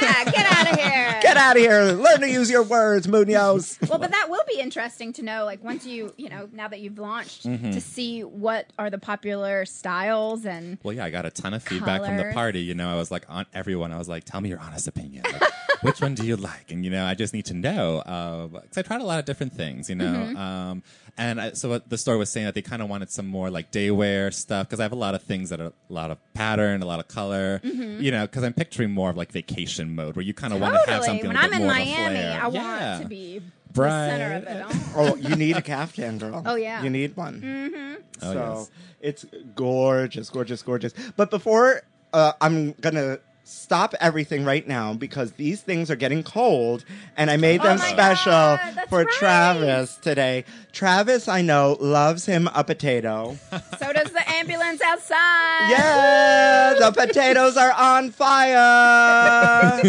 Speaker 1: Yeah, get out of here.
Speaker 2: Get out of here. Learn to use your words, Munoz.
Speaker 1: well, but that will be interesting to know. Like once you, you know, now that you've launched,
Speaker 3: Mm-hmm.
Speaker 1: to see what are the popular styles and
Speaker 3: Well, yeah, I got a ton of feedback from the
Speaker 1: Colors.
Speaker 3: party. You know, I was like on everyone. I was like, "Tell me your honest opinion. Like, which one do you like?" And you know, I just need to know because I tried a lot of different things. You know,
Speaker 1: Mm-hmm.
Speaker 3: um, and I, so what the store was saying that they kind of wanted some more like day wear stuff because I have a lot of things that are a lot of pattern, a lot of color.
Speaker 1: Mm-hmm.
Speaker 3: You know, because I'm picturing more of like vacation mode where you kind of want to have
Speaker 1: totally.
Speaker 3: something.
Speaker 1: When
Speaker 3: a
Speaker 1: I'm
Speaker 3: little
Speaker 1: in
Speaker 3: bit more of a
Speaker 1: Miami,
Speaker 3: flair.
Speaker 1: I
Speaker 3: Yeah.
Speaker 1: want to be
Speaker 3: Bright.
Speaker 1: the center of it all.
Speaker 2: Oh, you need a caftan, girl.
Speaker 1: Oh, yeah. Mm-hmm.
Speaker 2: you need one.
Speaker 3: Oh,
Speaker 2: so
Speaker 3: yes.
Speaker 2: it's gorgeous, gorgeous, gorgeous. But before uh, I'm gonna stop everything right now because these things are getting cold, and I made
Speaker 1: Oh
Speaker 2: them
Speaker 1: my
Speaker 2: special
Speaker 1: God, that's
Speaker 2: for
Speaker 1: right.
Speaker 2: Travis today. Travis, I know, loves him a potato.
Speaker 1: So does the ambulance outside.
Speaker 2: Yeah, the potatoes are on fire.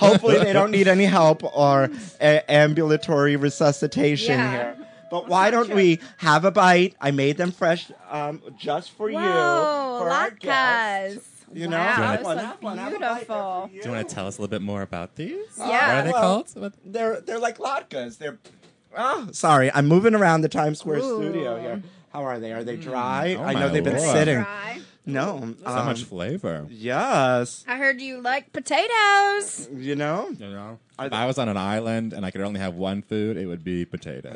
Speaker 2: Hopefully, they don't need any help or a- ambulatory resuscitation
Speaker 1: Yeah.
Speaker 2: here. But why
Speaker 1: not
Speaker 2: don't
Speaker 1: sure.
Speaker 2: we have a bite? I made them fresh um, just for you.
Speaker 1: Whoa,
Speaker 2: for our
Speaker 1: latkes.
Speaker 2: guests. You know,
Speaker 1: Wow,
Speaker 2: have
Speaker 1: those
Speaker 2: one,
Speaker 1: look
Speaker 2: have one, have a bite. They're for
Speaker 1: beautiful.
Speaker 3: Do you want to tell us a little bit more about these?
Speaker 1: Yeah.
Speaker 3: What are they
Speaker 2: Well,
Speaker 3: called? What-
Speaker 2: They're they're like latkes. They're oh, sorry, I'm moving around the Times Square
Speaker 1: Ooh.
Speaker 2: studio here. How are they? Are they dry?
Speaker 3: Oh
Speaker 2: I
Speaker 3: my
Speaker 2: know they've been
Speaker 3: lord.
Speaker 2: sitting.
Speaker 1: Try.
Speaker 2: No,
Speaker 3: So
Speaker 2: um,
Speaker 3: much flavor.
Speaker 2: Yes,
Speaker 1: I heard you like potatoes.
Speaker 2: you know.
Speaker 3: You know,
Speaker 2: Are
Speaker 3: if
Speaker 2: they-
Speaker 3: I was on an island and I could only have one food, it would be potatoes.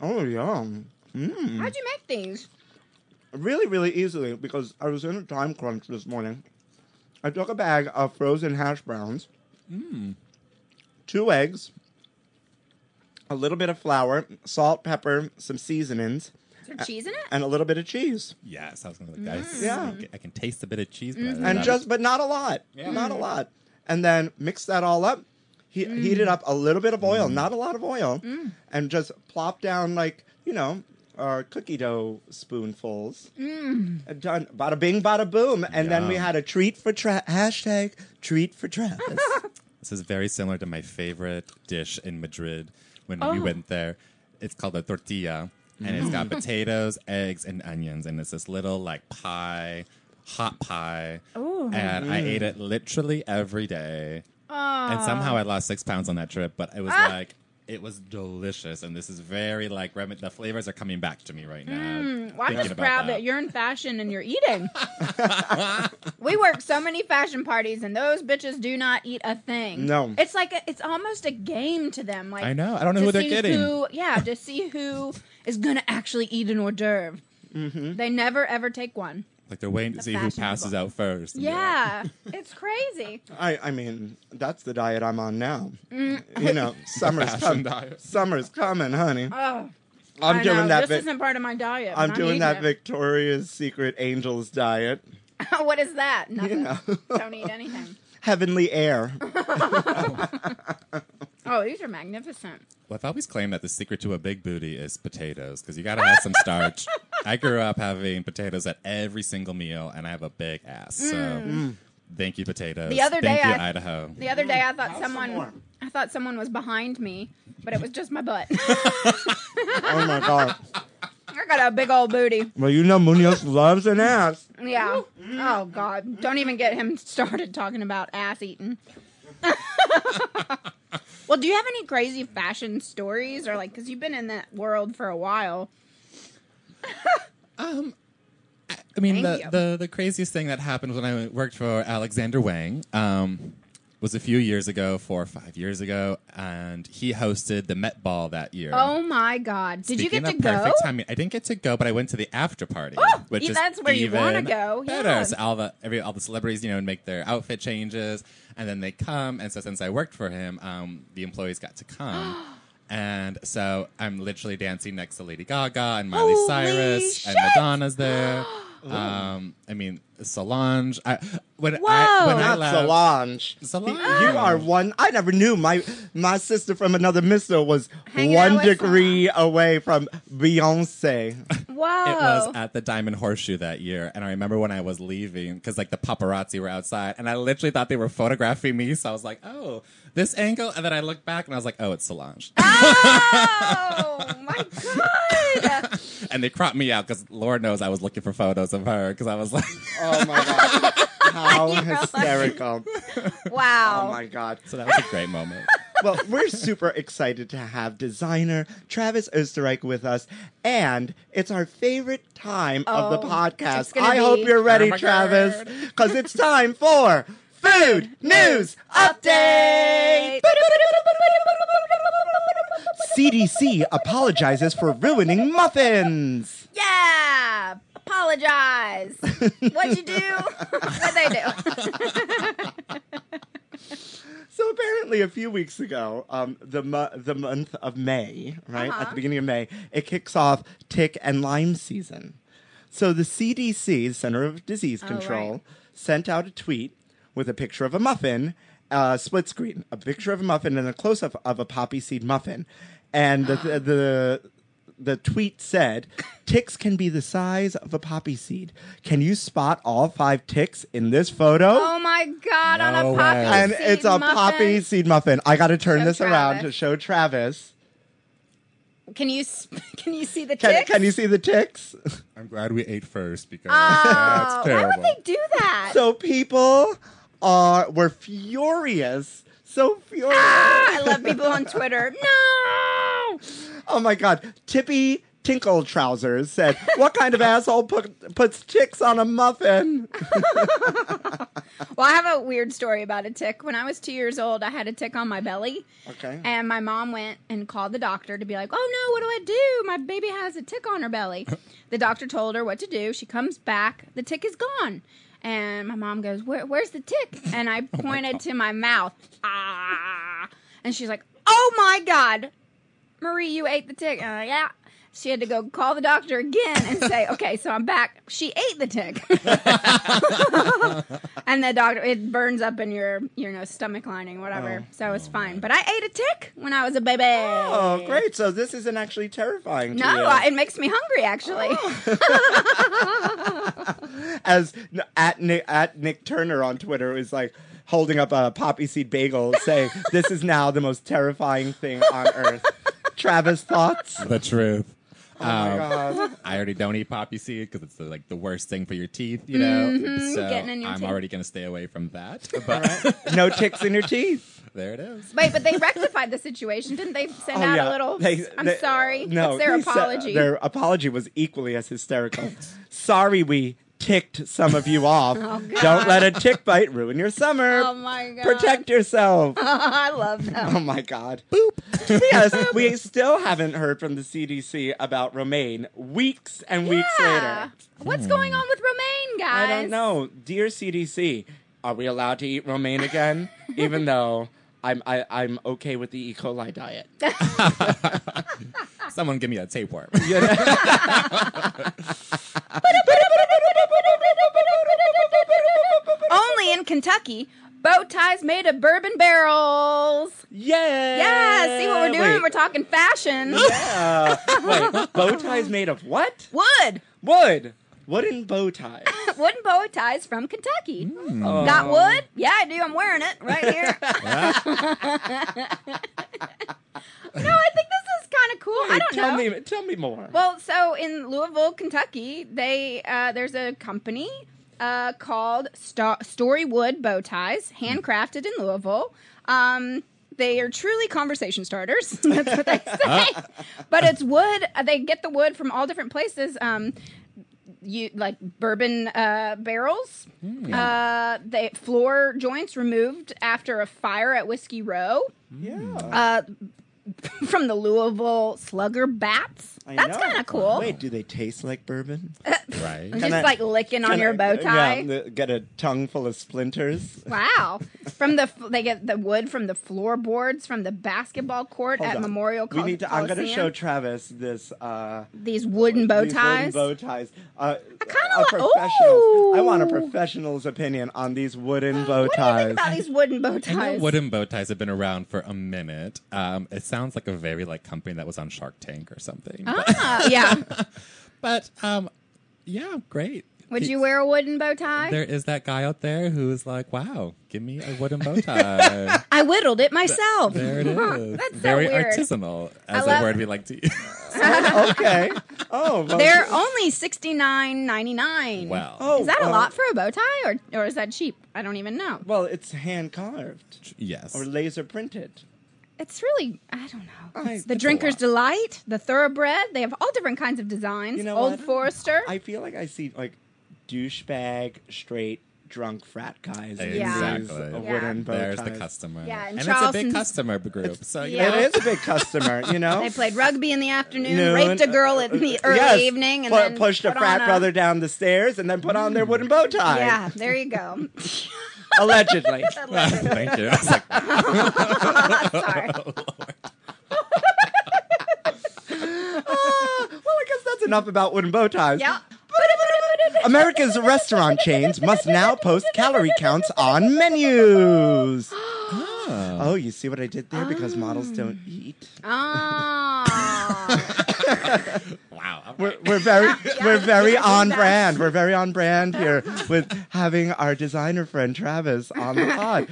Speaker 2: Oh yum.
Speaker 1: How'd you make these?
Speaker 2: really, really easily because I was in a time crunch this morning. I took a bag of frozen hash browns, two eggs, a little bit of flour, salt, pepper, some seasonings,
Speaker 1: Is there cheese in it?
Speaker 2: and a little bit of cheese.
Speaker 3: Yes, I was gonna. Like, I,
Speaker 2: Yeah.
Speaker 3: yeah, I can taste a bit of cheese, but I
Speaker 2: And
Speaker 3: love
Speaker 2: just,
Speaker 3: it.
Speaker 2: but not a lot. Not a
Speaker 1: Mm-hmm.
Speaker 2: lot. And then mix that all up. He,
Speaker 1: Mm.
Speaker 2: Heated up a little bit of oil, not a lot of oil, and just plop down like you know, uh, cookie dough spoonfuls.
Speaker 1: Mm.
Speaker 2: And done. Bada bing, bada boom. And then we
Speaker 3: Yum.
Speaker 2: had a treat for tra- hashtag treat for Travis.
Speaker 3: this is very similar to my favorite dish in Madrid when
Speaker 1: Oh.
Speaker 3: we went there. It's called a tortilla, and it's
Speaker 1: Mm.
Speaker 3: got potatoes, eggs, and onions, and it's this little like pie, hot pie.
Speaker 1: Ooh. Mm.
Speaker 3: And I ate it literally every day. And
Speaker 1: Ah.
Speaker 3: somehow I lost six pounds on that trip, but it was like it was delicious. And this is very like remi- the flavors are coming back to me right now.
Speaker 1: Mm, Well, I'm
Speaker 3: thinking
Speaker 1: just
Speaker 3: about
Speaker 1: proud that. you're in fashion and you're eating. we work so many fashion parties, and those bitches do not eat a thing.
Speaker 2: No.
Speaker 1: it's like a, it's almost a game to them. Like
Speaker 3: I know. I don't know
Speaker 1: to
Speaker 3: who they're
Speaker 1: see
Speaker 3: getting.
Speaker 1: who- yeah, to see who is gonna actually eat an hors d'oeuvre. They never ever take one.
Speaker 3: Like they're waiting to see who
Speaker 1: fashionable.
Speaker 3: passes out first. and they're like,
Speaker 1: Yeah, it's crazy.
Speaker 2: I, I mean, that's the diet I'm on now.
Speaker 1: Mm.
Speaker 2: You know, summer's coming.
Speaker 3: diet.
Speaker 2: Summer's coming, honey.
Speaker 1: Oh,
Speaker 2: I'm
Speaker 1: I
Speaker 2: doing
Speaker 1: know.
Speaker 2: that.
Speaker 1: This
Speaker 2: Vic-
Speaker 1: isn't part of my diet. but
Speaker 2: I'm doing
Speaker 1: eating
Speaker 2: that
Speaker 1: it.
Speaker 2: Victoria's Secret Angels diet.
Speaker 1: what is that? Nothing.
Speaker 2: You know,
Speaker 1: Don't eat anything.
Speaker 2: heavenly air.
Speaker 1: Oh, these are magnificent.
Speaker 3: Well, I've always claimed that the secret to a big booty is potatoes because you got to have some starch. I grew up having potatoes at every single meal, and I have a big ass. So, thank you, potatoes.
Speaker 1: The other
Speaker 3: thank
Speaker 1: day
Speaker 3: you,
Speaker 1: I-
Speaker 3: Idaho.
Speaker 1: The other day, I thought
Speaker 2: have some more.
Speaker 1: someone, I thought someone was behind me, but it was just my butt.
Speaker 2: Oh my god.
Speaker 1: I got a big old booty.
Speaker 2: Well, you know Munoz loves an ass.
Speaker 1: Yeah. Oh God. Don't even get him started talking about ass eating. well, do you have any crazy fashion stories or like, cause you've been in that world for a while?
Speaker 3: I mean,
Speaker 1: Thank
Speaker 3: the,
Speaker 1: you.
Speaker 3: the the craziest thing that happened when I worked for Alexander Wang um, was a few years ago, four or five years ago, and he hosted the Met Ball that year.
Speaker 1: Oh my God. Did
Speaker 3: Speaking
Speaker 1: you get
Speaker 3: of
Speaker 1: to go?
Speaker 3: perfect timing, I didn't get to go, but I went to the after party,
Speaker 1: Oh,
Speaker 3: which
Speaker 1: yeah,
Speaker 3: is
Speaker 1: that's where you
Speaker 3: even
Speaker 1: wanna go,
Speaker 3: Better.
Speaker 1: yeah.
Speaker 3: So all the every all the celebrities, you know, make their outfit changes, and then they come. And so since I worked for him, um, the employees got to come. And so I'm literally dancing next to Lady Gaga and Miley
Speaker 1: Holy
Speaker 3: Cyrus and
Speaker 1: shit!
Speaker 3: Madonna's there. um, I mean Solange. I, when I, when I
Speaker 1: Whoa!
Speaker 2: Not
Speaker 3: left,
Speaker 2: Solange.
Speaker 3: Solange.
Speaker 2: You are one. I never knew my my sister from another mister was
Speaker 1: Hanging out
Speaker 2: one
Speaker 1: with
Speaker 2: degree away from Beyonce.
Speaker 1: Whoa.
Speaker 3: It
Speaker 1: Oh.
Speaker 3: was at the Diamond Horseshoe that year, and I remember when I was leaving because like the paparazzi were outside, and I literally thought they were photographing me. So I was like, "Oh, this angle," and then I looked back and I was like, "Oh, it's Solange,"
Speaker 1: oh my god.
Speaker 3: and they cropped me out because Lord knows I was looking for photos of her because I was like,
Speaker 2: Oh my god. How
Speaker 1: You're like-
Speaker 2: hysterical.
Speaker 1: Wow.
Speaker 2: Oh my god.
Speaker 3: "So that was a great moment."
Speaker 2: Well, we're super excited to have designer Travis Osterreich with us, and it's our favorite time of the
Speaker 1: Oh, it's
Speaker 2: podcast.
Speaker 1: gonna
Speaker 2: I
Speaker 1: be-
Speaker 2: hope you're ready,
Speaker 3: Oh my
Speaker 2: Travis,
Speaker 3: God.
Speaker 2: because it's time for Food News Update! CDC apologizes for ruining muffins.
Speaker 1: Yeah. Apologize. What'd you do? What'd they do?
Speaker 2: So apparently, a few weeks ago, um, the mo- the month of May, right at
Speaker 1: Uh-huh.
Speaker 2: the beginning of May, it kicks off tick and Lyme season. So the CDC, the Center of Disease Control,
Speaker 1: Oh, right.
Speaker 2: sent out a tweet with a picture of a muffin, uh, split screen, a picture of a muffin and a close up of a poppy seed muffin, and the the, the the tweet said, "Ticks can be the size of a poppy seed. Can you spot all five ticks in this photo?"
Speaker 1: Oh my god, on a
Speaker 3: No
Speaker 1: poppy
Speaker 3: way.
Speaker 2: and
Speaker 1: seed
Speaker 2: it's a
Speaker 1: muffin.
Speaker 2: poppy seed muffin. I got to turn
Speaker 1: Show
Speaker 2: this around
Speaker 1: Travis.
Speaker 2: to show Travis.
Speaker 1: Can you s- can you see the
Speaker 2: Can,
Speaker 1: ticks?
Speaker 2: can you see the ticks?
Speaker 3: I'm glad we ate first because
Speaker 1: Oh, why would they do that?
Speaker 2: So people are were furious. So furious.
Speaker 1: I love people on Twitter. No.
Speaker 2: Oh my god. Tippy Tinkle Trousers said, "What kind of asshole put, puts ticks on a muffin?"
Speaker 1: Well, I have a weird story about a tick. When I was two years old, I had a tick on my belly.
Speaker 2: Okay.
Speaker 1: And my mom went and called the doctor to be like, oh no, what do I do? My baby has a tick on her belly. the doctor told her what to do. She comes back, the tick is gone. And my mom goes, Where, where's the tick? And I pointed to my mouth. Ah. And she's like, oh my God, Marie, you ate the tick. And I'm like, yeah. She had to go call the doctor again and say, okay, so I'm back. She ate the tick. and the doctor, it burns up in your, you know, stomach lining, whatever.
Speaker 2: Oh.
Speaker 1: so it's fine. But I ate a tick when I was a baby.
Speaker 2: Oh, great. So this isn't actually terrifying to
Speaker 1: No,
Speaker 2: you.
Speaker 1: I- it makes me hungry, actually.
Speaker 2: Oh. as n- at Nick, at Nick Turner on Twitter is like holding up a poppy seed bagel, saying, "This is now the most terrifying thing on earth." Travis thoughts.
Speaker 3: the truth.
Speaker 2: Oh
Speaker 3: Um,
Speaker 2: my god.
Speaker 3: I already don't eat poppy seed because it's the, like the worst thing for your teeth, you know. So
Speaker 1: Mm-hmm. getting in your
Speaker 3: I'm
Speaker 1: teeth.
Speaker 3: already going to stay away from that. But
Speaker 2: No ticks in your teeth.
Speaker 3: there it is.
Speaker 1: Wait, but they rectified the situation, didn't they? Send
Speaker 2: Oh,
Speaker 1: out
Speaker 2: yeah.
Speaker 1: a little.
Speaker 2: They-
Speaker 1: I'm
Speaker 2: they-
Speaker 1: sorry. What's their
Speaker 2: he said- uh,
Speaker 1: apology?
Speaker 2: their apology was equally as hysterical. Sorry, we ticked some of you off. Don't let a tick bite ruin your summer.
Speaker 1: oh my god!
Speaker 2: Protect yourself.
Speaker 1: I love them.
Speaker 2: Oh my God. Boop. yes, we still haven't heard from the CDC about Romaine weeks and weeks
Speaker 1: Yeah.
Speaker 2: later. Hmm.
Speaker 1: What's going on with Romaine,
Speaker 2: I
Speaker 1: guys?
Speaker 2: don't know. Dear CDC, are we allowed to eat Romaine again? Even though I'm, I, I'm okay with the E. coli diet.
Speaker 3: Someone give me a tapeworm.
Speaker 1: Only in Kentucky, bow ties made of bourbon barrels.
Speaker 2: Yeah.
Speaker 1: Yeah, see what we're doing?
Speaker 2: Uh, Wait.
Speaker 1: We're talking fashion.
Speaker 2: Yeah. Wait, bow ties made of what?
Speaker 1: Wood,
Speaker 2: Wood. Wooden bow ties.
Speaker 1: wooden bow ties from Kentucky.
Speaker 2: Hmm.
Speaker 1: Got
Speaker 2: Oh.
Speaker 1: wood? Yeah, I do. I'm wearing it right here. no, I think this is kind of cool. I don't
Speaker 2: tell
Speaker 1: know.
Speaker 2: me, tell me more.
Speaker 1: Well, so in Louisville, Kentucky, they uh, there's a company uh, called Sto- Storywood Bow Ties, handcrafted in Louisville. Um, they are truly conversation starters. That's what they say. but it's wood. uh, They get the wood from all different places. Um, you like bourbon uh, barrels. Uh, they floor joints removed after a fire at Whiskey Row
Speaker 2: yeah.
Speaker 1: uh, from the Louisville Slugger Bats.
Speaker 2: I
Speaker 1: That's
Speaker 2: know.
Speaker 1: kind of cool.
Speaker 2: Wait, do they taste like bourbon?
Speaker 3: right?
Speaker 1: I'm
Speaker 2: Can
Speaker 1: just
Speaker 2: I-
Speaker 1: like licking on
Speaker 2: Can
Speaker 1: your
Speaker 2: I-
Speaker 1: bow tie.
Speaker 2: uh, Yeah, th- get a tongue full of splinters.
Speaker 1: Wow. From the f- they get the wood from the floorboards from the basketball court
Speaker 2: Hold
Speaker 1: at
Speaker 2: on.
Speaker 1: Memorial Col-
Speaker 2: We need to. I'm going to
Speaker 1: Coliseum.
Speaker 2: show Travis this. Uh,
Speaker 1: these wooden bow
Speaker 2: these wooden
Speaker 1: ties.
Speaker 2: bow ties. Uh, I
Speaker 1: kinda
Speaker 2: a
Speaker 1: li-
Speaker 2: professional's- I want a
Speaker 1: Ooh.
Speaker 2: professional's opinion on these wooden bow
Speaker 1: what do you
Speaker 2: ties.
Speaker 1: think about these wooden bow
Speaker 3: I know
Speaker 1: ties?
Speaker 3: wooden bow ties have been around for a minute. Um, it sounds like a very like company that was on Shark Tank or something. But,
Speaker 1: Ah, yeah.
Speaker 3: but um, yeah, great.
Speaker 1: Would
Speaker 3: He-
Speaker 1: you wear a wooden bow tie?
Speaker 3: There is that guy out there who is like, "Wow, give me a wooden bow tie."
Speaker 1: I whittled it myself.
Speaker 3: there it is.
Speaker 1: That's so
Speaker 3: very
Speaker 1: weird.
Speaker 3: artisanal, as
Speaker 1: love-
Speaker 3: a word we like to use.
Speaker 2: okay. Oh, well,
Speaker 1: They're only sixty nine ninety nine.
Speaker 3: Wow.
Speaker 2: Oh,
Speaker 1: is that a
Speaker 2: well-
Speaker 1: lot for a bow tie, or or is that cheap? I don't even know.
Speaker 2: well, it's hand carved
Speaker 3: yes.
Speaker 2: or laser printed.
Speaker 1: It's really I don't know.
Speaker 2: I-
Speaker 1: It's the
Speaker 2: it's a
Speaker 1: Drinker's
Speaker 2: lot.
Speaker 1: Delight, the Thoroughbred. They have all different kinds of designs.
Speaker 2: You know
Speaker 1: Old
Speaker 2: what?
Speaker 1: Forester.
Speaker 2: I feel like I see like douchebag, straight, drunk frat guys. in
Speaker 1: Exactly.
Speaker 2: these, uh,
Speaker 3: Yeah.
Speaker 2: wooden bow
Speaker 3: There's the
Speaker 2: ties.
Speaker 3: customer.
Speaker 1: Yeah, and
Speaker 3: and, it's a big
Speaker 1: Charleston's-
Speaker 3: customer group. so you
Speaker 1: Yeah.
Speaker 3: know,
Speaker 2: It is a big customer, you know.
Speaker 1: They played rugby in the afternoon,
Speaker 2: Noon.
Speaker 1: raped a girl in the early
Speaker 2: uh, Yes,
Speaker 1: evening, and
Speaker 2: pu-
Speaker 1: then
Speaker 2: pushed a
Speaker 1: put
Speaker 2: frat
Speaker 1: on Mm.
Speaker 2: brother down the stairs and then put on their wooden bow tie.
Speaker 1: Yeah, there you go.
Speaker 2: allegedly.
Speaker 3: thank you. I was like,
Speaker 1: Sorry.
Speaker 2: Ah, well, I guess that's enough about wooden bow ties.
Speaker 1: Yeah.
Speaker 2: America's restaurant chains must now post calorie counts on menus.
Speaker 3: oh.
Speaker 2: Oh, you see what I did there? Because models don't eat.
Speaker 1: Oh.
Speaker 3: wow. all
Speaker 2: We're,
Speaker 3: right.
Speaker 2: we're very we're very
Speaker 1: yeah,
Speaker 2: on
Speaker 1: that's-
Speaker 2: brand. We're very on brand here with having our designer friend Travis on the pod.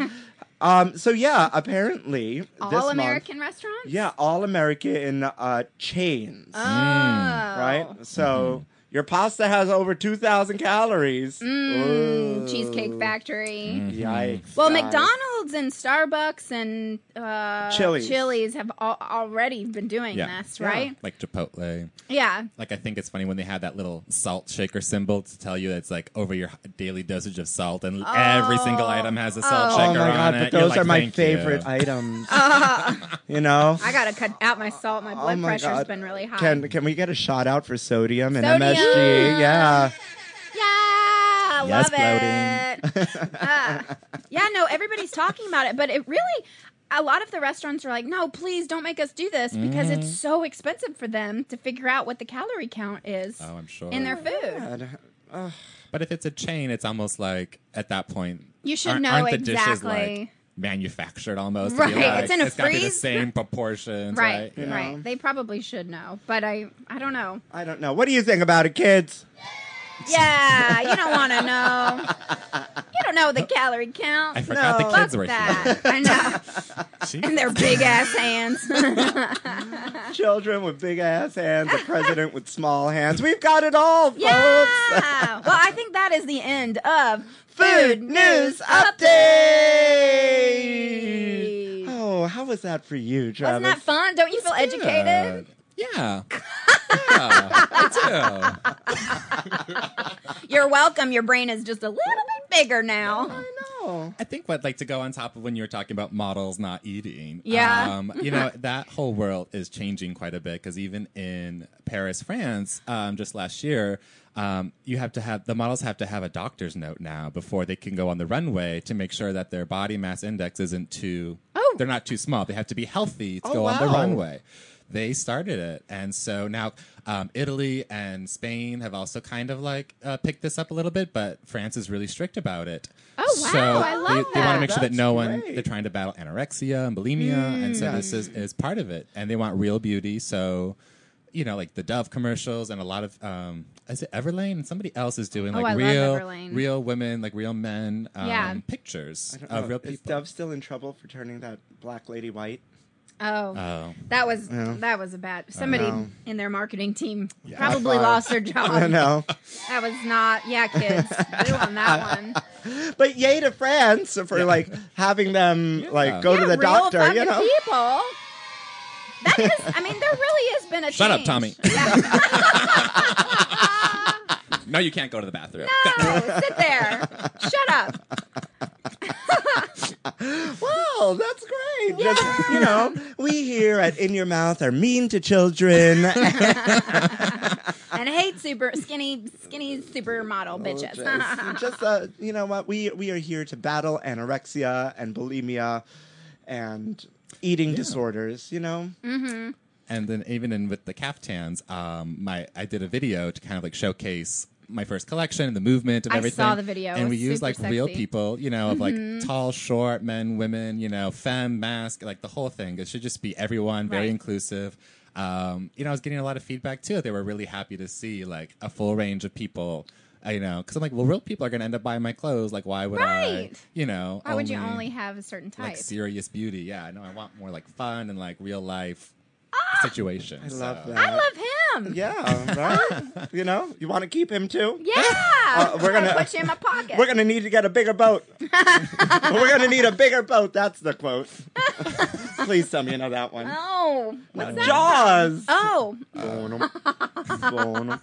Speaker 2: Um, so yeah, apparently this
Speaker 1: All
Speaker 2: month-
Speaker 1: American restaurants?
Speaker 2: yeah, all American uh, chains.
Speaker 1: Oh.
Speaker 2: Mm, right?
Speaker 1: Right?
Speaker 2: So
Speaker 3: Mm-hmm.
Speaker 2: your pasta has over 2,000 calories. Ooh.
Speaker 1: Mm, Cheesecake Factory.
Speaker 2: Yikes.
Speaker 1: Well,
Speaker 2: guys.
Speaker 1: McDonald's and Starbucks and uh,
Speaker 2: Chili's.
Speaker 1: Chili's have al- already been doing
Speaker 3: Yeah.
Speaker 1: this,
Speaker 2: Yeah.
Speaker 1: right?
Speaker 3: Like Chipotle.
Speaker 1: Yeah.
Speaker 3: Like I think it's funny when they have that little salt shaker symbol to tell you that it's like over your daily dosage of salt, and every single item has a salt
Speaker 1: Oh.
Speaker 2: Oh my
Speaker 3: shaker on
Speaker 2: god,
Speaker 3: it.
Speaker 2: but
Speaker 3: You're
Speaker 2: those
Speaker 3: like,
Speaker 2: are my
Speaker 3: "Thank
Speaker 2: favorite
Speaker 3: you."
Speaker 2: items. you know?
Speaker 1: I got to cut out my salt. My blood
Speaker 2: my
Speaker 1: pressure's
Speaker 2: Oh God.
Speaker 1: been really high.
Speaker 2: Can can we get a shout out for sodium and
Speaker 1: Sodium.
Speaker 2: MSG? Yeah.
Speaker 1: Yeah, I
Speaker 3: Yes,
Speaker 1: love it. Ah. yeah, no, everybody's talking about it, but it really, a lot of the restaurants are like, no, please don't make us do this because
Speaker 2: Mm-hmm.
Speaker 1: it's so expensive for them to figure out what the calorie count is
Speaker 3: Oh, I'm sure.
Speaker 1: in their food.
Speaker 2: God. Ugh.
Speaker 3: But if it's a chain, it's almost like at that point
Speaker 1: You should
Speaker 3: aren't,
Speaker 1: know
Speaker 3: aren't the dishes
Speaker 1: exactly.
Speaker 3: like manufactured almost? to
Speaker 1: Right,
Speaker 3: be like,
Speaker 1: it's in a
Speaker 3: gotta be the
Speaker 1: freeze.
Speaker 3: same proportions,
Speaker 1: Right,
Speaker 3: right?
Speaker 1: right.
Speaker 2: know.
Speaker 1: They probably should know, but I, I don't know.
Speaker 2: I don't know. What do you think about it, kids?
Speaker 1: Yeah, you don't want to know. You don't know the calorie count.
Speaker 3: I
Speaker 2: No.
Speaker 3: forgot the
Speaker 1: Fuck
Speaker 3: kids were here.
Speaker 1: that. I know.
Speaker 3: Jeez.
Speaker 1: And their big ass hands.
Speaker 2: Children with big ass hands, a president with small hands. We've got it all, folks.
Speaker 1: Yeah. well, I think that is the end of
Speaker 2: Food News Update. Oh, how was that for you, Travis?
Speaker 1: Wasn't that fun? Don't you feel educated?
Speaker 3: Yeah. yeah, I do.
Speaker 1: You're welcome. Your brain is just a little bit bigger now.
Speaker 2: I know.
Speaker 3: I think what like to go on top of when you were talking about models not eating.
Speaker 1: Yeah.
Speaker 3: Um, you know, that whole world is changing quite a bit because even in Paris, France, um, just last year, um, you have to have the models have to have a doctor's note now before they can go on the runway to make sure that their body mass index isn't too
Speaker 1: Oh.
Speaker 3: they're not too small. They have to be healthy to
Speaker 2: Oh,
Speaker 3: go on the
Speaker 2: wow.
Speaker 3: runway. They started it, and so now um, Italy and Spain have also kind of like uh, picked this up a little bit, but France is really strict about it.
Speaker 1: Oh, wow. I love
Speaker 3: they, They want
Speaker 1: that.
Speaker 3: to make sure that
Speaker 2: That's
Speaker 3: no one
Speaker 2: great. Mm.
Speaker 3: they're trying to battle anorexia and bulimia, and so this is is part of it. And they want real beauty, so. You know, like the Dove commercials and a lot of um is it Everlane and somebody else is doing like
Speaker 1: Oh, I love
Speaker 3: real
Speaker 1: Everlane.
Speaker 3: real women, like real men um
Speaker 1: Yeah.
Speaker 3: pictures
Speaker 2: I don't
Speaker 3: of
Speaker 2: know.
Speaker 3: real
Speaker 2: Is
Speaker 3: people.
Speaker 2: Dove still in trouble for turning that black lady white?
Speaker 1: Oh.
Speaker 3: Oh.
Speaker 1: that was
Speaker 2: Uh, Yeah.
Speaker 1: that was a bad. Somebody
Speaker 2: know.
Speaker 1: in their marketing team probably
Speaker 2: High five.
Speaker 1: lost their
Speaker 2: I
Speaker 1: job.
Speaker 2: know.
Speaker 1: That was not. Yeah, kids, boo on that one.
Speaker 2: But yay to France for like having them like go
Speaker 1: yeah,
Speaker 2: to the
Speaker 1: real
Speaker 2: doctor,
Speaker 1: fucking
Speaker 2: you know.
Speaker 1: people. That is, I mean, there really has been a
Speaker 3: Shut up,
Speaker 1: change.
Speaker 3: Tommy.
Speaker 1: Yeah.
Speaker 3: No, you can't go to the bathroom.
Speaker 1: No, sit there. Shut up.
Speaker 2: Wow, that's great. Just, you know, we here at In Your Mouth are mean to children.
Speaker 1: and hate super skinny, skinny supermodel bitches.
Speaker 2: Oh, just, just, uh, you know what? We we are here to battle anorexia and bulimia, and eating disorders. You know,
Speaker 1: Mm-hmm.
Speaker 3: And then even in with the caftans, um, my I did a video to kind of like showcase my first collection and the movement and
Speaker 1: I
Speaker 3: everything.
Speaker 1: saw the video. It
Speaker 3: And we
Speaker 1: was
Speaker 3: used
Speaker 1: super
Speaker 3: like real
Speaker 1: sexy. Mm-hmm.
Speaker 3: people, you know, of like tall, short, men, women, you know, femme, mask, like the whole thing. It should just be everyone, very
Speaker 1: Right.
Speaker 3: inclusive. Um, you know, I was getting a lot of feedback too. They were really happy to see like a full range of people. uh, You know, because I'm like, well, real people are going to end up buying my clothes. Like, why would I?
Speaker 1: Right.
Speaker 3: You know,
Speaker 1: Why
Speaker 2: Oh,
Speaker 1: would you only have a certain type?
Speaker 3: like serious beauty? Yeah, no, I want more like fun and like real life
Speaker 1: Ah!
Speaker 3: situations.
Speaker 2: I love
Speaker 3: so.
Speaker 2: that.
Speaker 1: I love him.
Speaker 2: Yeah, right. you know, you want to keep him too.
Speaker 1: Yeah.
Speaker 2: Uh, we're
Speaker 1: I'm
Speaker 2: gonna-
Speaker 1: put you in my pocket.
Speaker 2: We're gonna need to get a bigger boat. We're gonna need a bigger boat. That's the quote. Please tell me you know that one.
Speaker 1: oh, what's that?
Speaker 2: Jaws.
Speaker 1: Oh,
Speaker 2: Bonum. Bonum.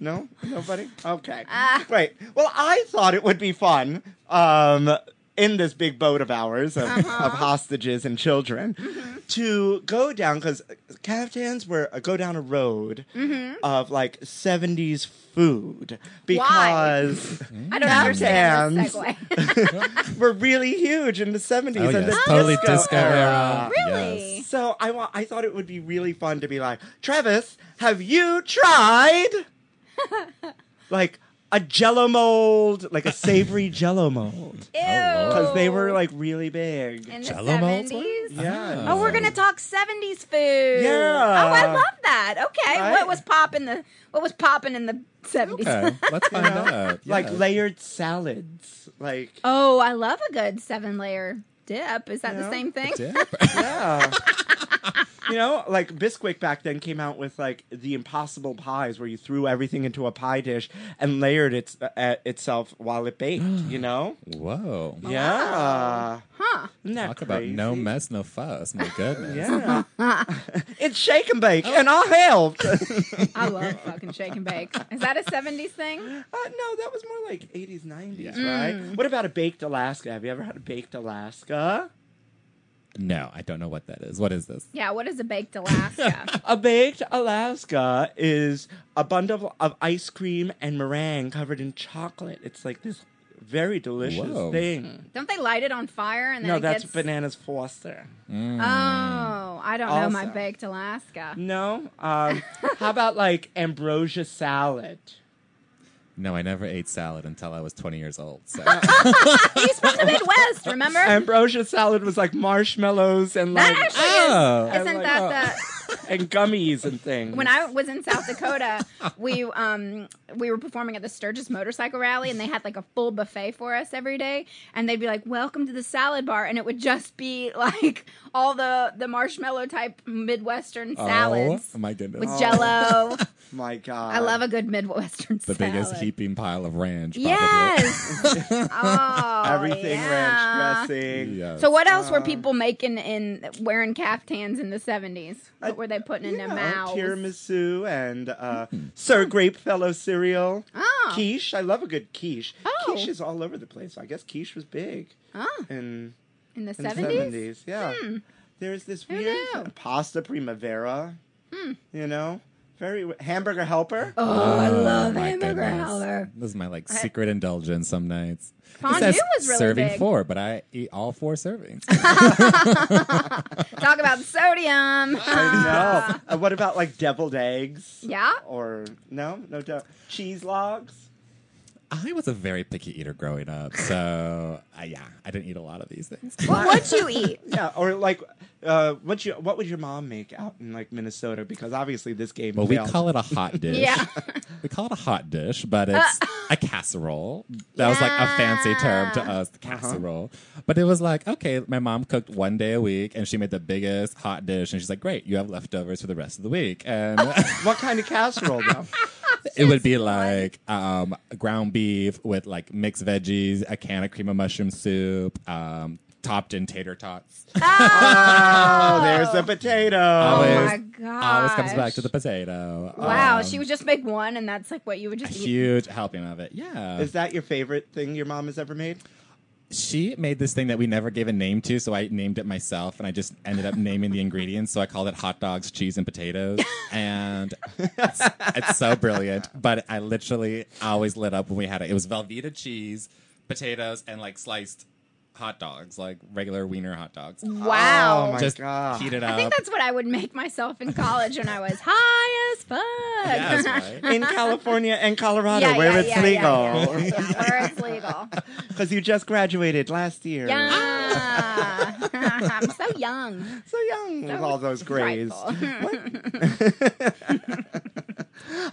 Speaker 2: No, nobody. Okay,
Speaker 3: Ah.
Speaker 2: great. Well, I thought it would be fun um, in this big boat of ours of,
Speaker 3: Uh-huh.
Speaker 2: of hostages and children
Speaker 3: Mm-hmm.
Speaker 2: to go down because caftans were uh, go down a road
Speaker 3: Mm-hmm.
Speaker 2: of like seventies food because
Speaker 1: I don't understand this segue.
Speaker 2: we're really huge in the seventies
Speaker 3: Oh,
Speaker 2: and
Speaker 3: yes.
Speaker 2: this
Speaker 3: Totally
Speaker 2: disco,
Speaker 3: disco
Speaker 2: era.
Speaker 3: era.
Speaker 1: Really?
Speaker 3: Yes.
Speaker 2: So I want. I thought it would be really fun to be like, Travis, have you tried like a Jello mold, like a savory Jello mold?
Speaker 1: Ew.
Speaker 3: Oh,
Speaker 2: Because they were like really big.
Speaker 1: in the
Speaker 3: Jell-O molds were?
Speaker 1: seventies.
Speaker 2: yeah.
Speaker 1: Oh, we're gonna talk seventies food.
Speaker 2: Um, Yeah.
Speaker 1: Oh, I love that. Okay,
Speaker 2: Right?
Speaker 1: what was popping the what was popping in the seventies?
Speaker 3: Okay, let's find
Speaker 2: know?
Speaker 3: out.
Speaker 2: Like
Speaker 3: yeah.
Speaker 2: layered salads, like
Speaker 1: Oh, I love a good seven layer dip. Is that
Speaker 2: Yeah.
Speaker 1: the same thing?
Speaker 3: Dip.
Speaker 2: yeah, you know, like Bisquick back then came out with like the Impossible pies, where you threw everything into a pie dish and layered its uh, itself while it baked. You know,
Speaker 3: Whoa.
Speaker 2: yeah,
Speaker 1: Huh.
Speaker 2: Isn't that
Speaker 3: Talk about no
Speaker 2: crazy?
Speaker 3: mess, no fuss. My goodness.
Speaker 2: Yeah. it's shake and bake, and I helped. uh,
Speaker 1: I love fucking shake and bake. Is that a seventies thing?
Speaker 2: Uh, no, that was more like 80s, 90s,
Speaker 3: Yeah.
Speaker 1: Mm.
Speaker 2: right? What about a baked Alaska? Have you ever had a baked Alaska?
Speaker 3: No, I don't know what that is. What is this?
Speaker 1: Yeah. What is a baked Alaska?
Speaker 2: A baked Alaska is a bundle of ice cream and meringue covered in chocolate. It's like this very delicious
Speaker 3: Whoa.
Speaker 2: thing.
Speaker 1: don't they light it on fire and then
Speaker 2: No,
Speaker 1: it
Speaker 2: that's
Speaker 1: gets?
Speaker 2: Bananas Foster.
Speaker 1: Oh, I don't know my
Speaker 2: Also.
Speaker 1: baked Alaska.
Speaker 2: No? Um, how about like ambrosia salad?
Speaker 3: No, I never ate salad until I was 20 years old. So
Speaker 2: Uh-uh.
Speaker 1: He's from the Midwest, remember?
Speaker 2: Ambrosia salad was like marshmallows and
Speaker 1: that
Speaker 2: like
Speaker 1: actually
Speaker 3: Oh.
Speaker 1: is, isn't
Speaker 2: like,
Speaker 1: that
Speaker 2: oh.
Speaker 1: the
Speaker 2: and gummies and things.
Speaker 1: when I was in South Dakota, we um we were performing at the Sturgis Motorcycle Rally, and they had like a full buffet for us every day, and they'd be like, "Welcome to the salad bar," and it would just be like all the the marshmallow type Midwestern salads
Speaker 3: Oh, my goodness.
Speaker 1: with Jello.
Speaker 2: My God.
Speaker 1: I love a good Midwestern
Speaker 3: the
Speaker 1: salad.
Speaker 3: biggest heaping pile of ranch. probably.
Speaker 1: Yes. oh,
Speaker 2: Everything
Speaker 1: yeah.
Speaker 2: ranch dressing.
Speaker 3: Yes.
Speaker 1: So what
Speaker 3: Uh.
Speaker 1: else were people making in wearing caftans in the seventies? What were they putting in
Speaker 2: Yeah,
Speaker 1: their mouths?
Speaker 2: tiramisu and uh, Sir Grape Fellow cereal.
Speaker 1: Oh.
Speaker 2: Quiche. I love a good quiche.
Speaker 1: Oh.
Speaker 2: Quiche is all over the place. I guess quiche was big
Speaker 1: Oh,
Speaker 2: in,
Speaker 1: in the
Speaker 2: in the
Speaker 1: seventies. Hmm.
Speaker 2: 70s. Yeah. There's this
Speaker 1: Who
Speaker 2: weird
Speaker 1: knew? Hmm.
Speaker 2: pasta primavera. You know? Very hamburger helper.
Speaker 1: Oh, I love
Speaker 3: my
Speaker 1: hamburger
Speaker 3: goodness.
Speaker 1: helper.
Speaker 3: This is my like secret indulgence some nights. It
Speaker 1: Fondue
Speaker 3: says
Speaker 1: was really
Speaker 3: serving
Speaker 1: big.
Speaker 3: four, but I eat all four servings.
Speaker 1: Talk about sodium.
Speaker 2: I know. Uh, what about like deviled eggs?
Speaker 1: yeah.
Speaker 2: Or no, no doubt. Cheese logs.
Speaker 3: I was a very picky eater growing up, so I, yeah, I didn't eat a lot of these things.
Speaker 1: What would you eat?
Speaker 2: Yeah, or like, uh, what you what would your mom make out in like Minnesota? Because obviously this game.
Speaker 3: Well, we
Speaker 2: failed.
Speaker 3: call it a hot dish.
Speaker 1: Yeah. Uh,
Speaker 3: We call it a hot dish, but it's a casserole. That was like a fancy term to
Speaker 1: Yeah. Uh-huh.
Speaker 3: us, the casserole. But it was like, okay, my mom cooked one day a week and she made the biggest hot dish. And she's like, great, you have leftovers for the rest of the week. And
Speaker 2: What kind of casserole though?
Speaker 3: it would be like um, ground beef with like mixed veggies, a can of cream of mushroom soup, um, topped in tater tots.
Speaker 2: oh, there's a potato.
Speaker 1: Oh
Speaker 3: Always-
Speaker 1: my god.
Speaker 3: Always comes back to the potato.
Speaker 1: Oh Wow,
Speaker 3: Um,
Speaker 1: she would just make one, and that's like what you would
Speaker 3: a
Speaker 1: just eat.
Speaker 2: Oh,
Speaker 3: huge helping of it. Yeah.
Speaker 2: Is that your favorite thing your mom has ever made?
Speaker 4: she made this thing that we never gave a name to, so I named it myself, and I just ended up naming the ingredients. So I called it hot dogs, cheese, and potatoes, and it's, it's so brilliant. But I literally always lit up when we had it. It was Velveeta cheese, potatoes, and like sliced hot dogs, like regular wiener hot dogs.
Speaker 1: Wow.
Speaker 2: Oh my
Speaker 4: just
Speaker 2: God.
Speaker 4: heat it up.
Speaker 1: I think that's what I would make myself in college when I was high as fuck.
Speaker 4: Yes, right?
Speaker 2: in California and Colorado,
Speaker 1: Yeah,
Speaker 2: where
Speaker 1: yeah,
Speaker 2: it's
Speaker 1: yeah, yeah,
Speaker 2: legal.
Speaker 1: yeah, yeah, where it's legal.
Speaker 2: Because you just graduated last year.
Speaker 1: Yeah. I'm so young.
Speaker 2: So young with
Speaker 1: That
Speaker 2: all
Speaker 1: was
Speaker 2: those grays.
Speaker 1: frightful.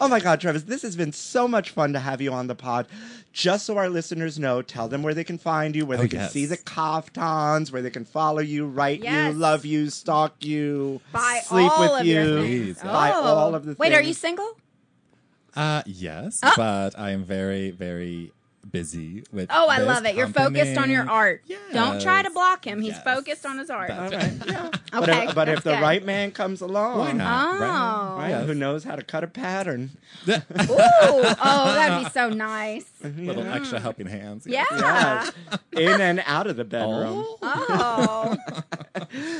Speaker 2: Oh my God, Travis, this has been so much fun to have you on the pod. Just so our listeners know, tell them where they can find you, where
Speaker 3: Oh,
Speaker 2: they can
Speaker 3: yes.
Speaker 2: see the kaftans, where they can follow you, write
Speaker 1: Yes.
Speaker 2: you, love you, stalk you,
Speaker 1: Buy
Speaker 2: sleep
Speaker 1: all
Speaker 2: with
Speaker 1: of
Speaker 2: you,
Speaker 1: your things.
Speaker 3: Please.
Speaker 2: buy
Speaker 1: Oh.
Speaker 2: all of the
Speaker 1: Wait, are you
Speaker 2: things.
Speaker 1: single?
Speaker 3: Uh, yes, but I am very, very busy with.
Speaker 1: Oh, I
Speaker 3: this
Speaker 1: love it. You're focused on your
Speaker 3: company.
Speaker 1: art. Don't try to
Speaker 3: Yes.
Speaker 1: block him. He's
Speaker 3: Yes.
Speaker 1: focused on his art.
Speaker 2: All
Speaker 3: That's it.
Speaker 2: right, yeah. But
Speaker 1: Okay,
Speaker 2: if, but if
Speaker 1: that's
Speaker 2: the
Speaker 1: good.
Speaker 2: right man comes along,
Speaker 3: Why not?
Speaker 1: Oh.
Speaker 2: right, who knows how to cut a pattern?
Speaker 1: Ooh. Oh, that'd be so nice.
Speaker 3: Little extra helping hands.
Speaker 1: Yeah.
Speaker 2: Mhm. Yes. In and out of the bedroom.
Speaker 1: Oh.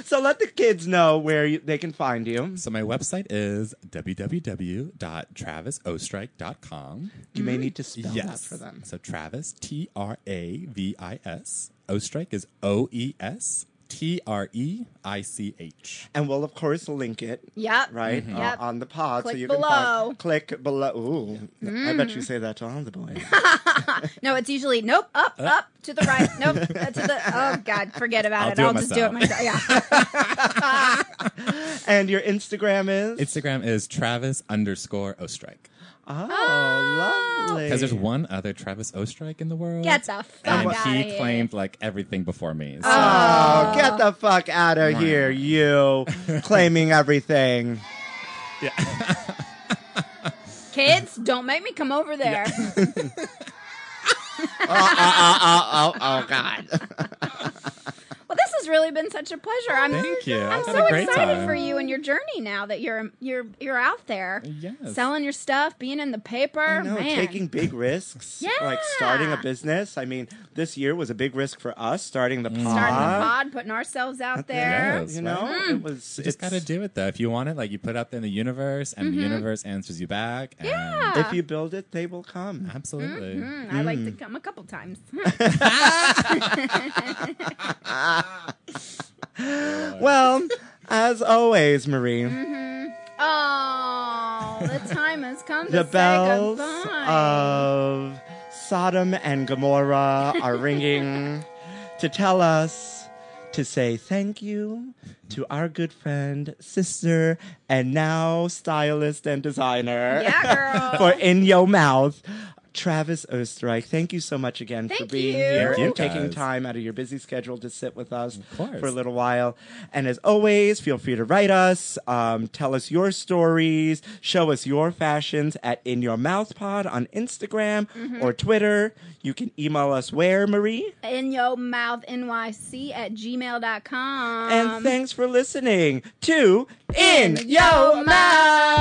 Speaker 2: So let the kids know where you, they can find you.
Speaker 3: So my website is www.travisostrike.com.
Speaker 2: You
Speaker 1: Mm-hmm.
Speaker 2: may need to spell that
Speaker 3: yes.
Speaker 2: for them.
Speaker 3: So Travis, T R A V I S. Ostrike is O E S T R E I C H.
Speaker 2: And we'll, of course, link it.
Speaker 1: Yep.
Speaker 2: Right
Speaker 3: Mm-hmm.
Speaker 1: Mhm.
Speaker 2: uh,
Speaker 1: Yep.
Speaker 2: on the pod, so
Speaker 1: Click
Speaker 2: you can
Speaker 1: below. Mm.
Speaker 2: find, click below. Ooh, I bet you say that to all the boys.
Speaker 1: No, it's usually nope, up,
Speaker 2: Uh.
Speaker 1: up, to the right, nope, uh, to the. Oh God, forget about
Speaker 3: I'll
Speaker 1: it.
Speaker 3: do it
Speaker 1: I'll just do it myself.
Speaker 3: myself.
Speaker 1: Yeah.
Speaker 2: and your Instagram is
Speaker 3: Instagram is Travis underscore Ostrike.
Speaker 2: oh,
Speaker 1: Oh.
Speaker 2: lovely.
Speaker 3: Because there's one other Travis Ostrike in the world.
Speaker 1: Get the fuck
Speaker 3: and
Speaker 1: out
Speaker 3: he
Speaker 1: of here.
Speaker 3: claimed like everything before me. So
Speaker 2: Oh, get the fuck out of here, you claiming everything.
Speaker 1: Kids, don't make me come over there.
Speaker 2: Oh, oh God.
Speaker 1: Well, this has really been such a pleasure. I'm,
Speaker 3: Thank you.
Speaker 1: I'm
Speaker 3: I've had
Speaker 1: so
Speaker 3: a great
Speaker 1: excited
Speaker 3: time.
Speaker 1: for you and your journey now that you're you're you're out there
Speaker 3: Yes.
Speaker 1: selling your stuff, being in the paper,
Speaker 2: I know,
Speaker 1: man.
Speaker 2: taking big risks.
Speaker 1: Yeah.
Speaker 2: Like starting a business. I mean, this year was a big risk for us starting the pod.
Speaker 1: starting the pod, putting ourselves out there.
Speaker 3: Mm.
Speaker 1: Mm.
Speaker 3: Yes.
Speaker 2: You know, it was.
Speaker 3: You just
Speaker 2: it's-
Speaker 3: gotta do it though. If you want it, like you put it out there in the universe, and the universe answers you back. And
Speaker 1: Yeah.
Speaker 2: If you build it, they will come.
Speaker 3: absolutely.
Speaker 1: Mm, I like to come a couple times.
Speaker 2: Well, as always, Marie,
Speaker 1: Mm. oh, the time has come to
Speaker 2: the
Speaker 1: say
Speaker 2: bells
Speaker 1: goodbye.
Speaker 2: of Sodom and Gomorrah are ringing to tell us to say thank you to our good friend, sister, and now stylist and designer.
Speaker 1: yeah, girl.
Speaker 2: for In Your Mouth. Travis Osterreich, thank you so much again for
Speaker 1: Thank
Speaker 2: being
Speaker 1: you.
Speaker 2: here
Speaker 1: Thank
Speaker 2: and
Speaker 3: you,
Speaker 2: taking
Speaker 3: guys.
Speaker 2: time out of your busy schedule to sit with us
Speaker 3: course.
Speaker 2: for a little while. And as always, feel free to write us, um, tell us your stories, show us your fashions at In Your Mouth Pod on Instagram
Speaker 1: Mm-hmm.
Speaker 2: or Twitter. You can email us where, Marie?
Speaker 1: in your mouth nyc at gmail.com
Speaker 2: and thanks for listening to In
Speaker 1: Um, In
Speaker 2: Your
Speaker 1: Your
Speaker 2: Mouth.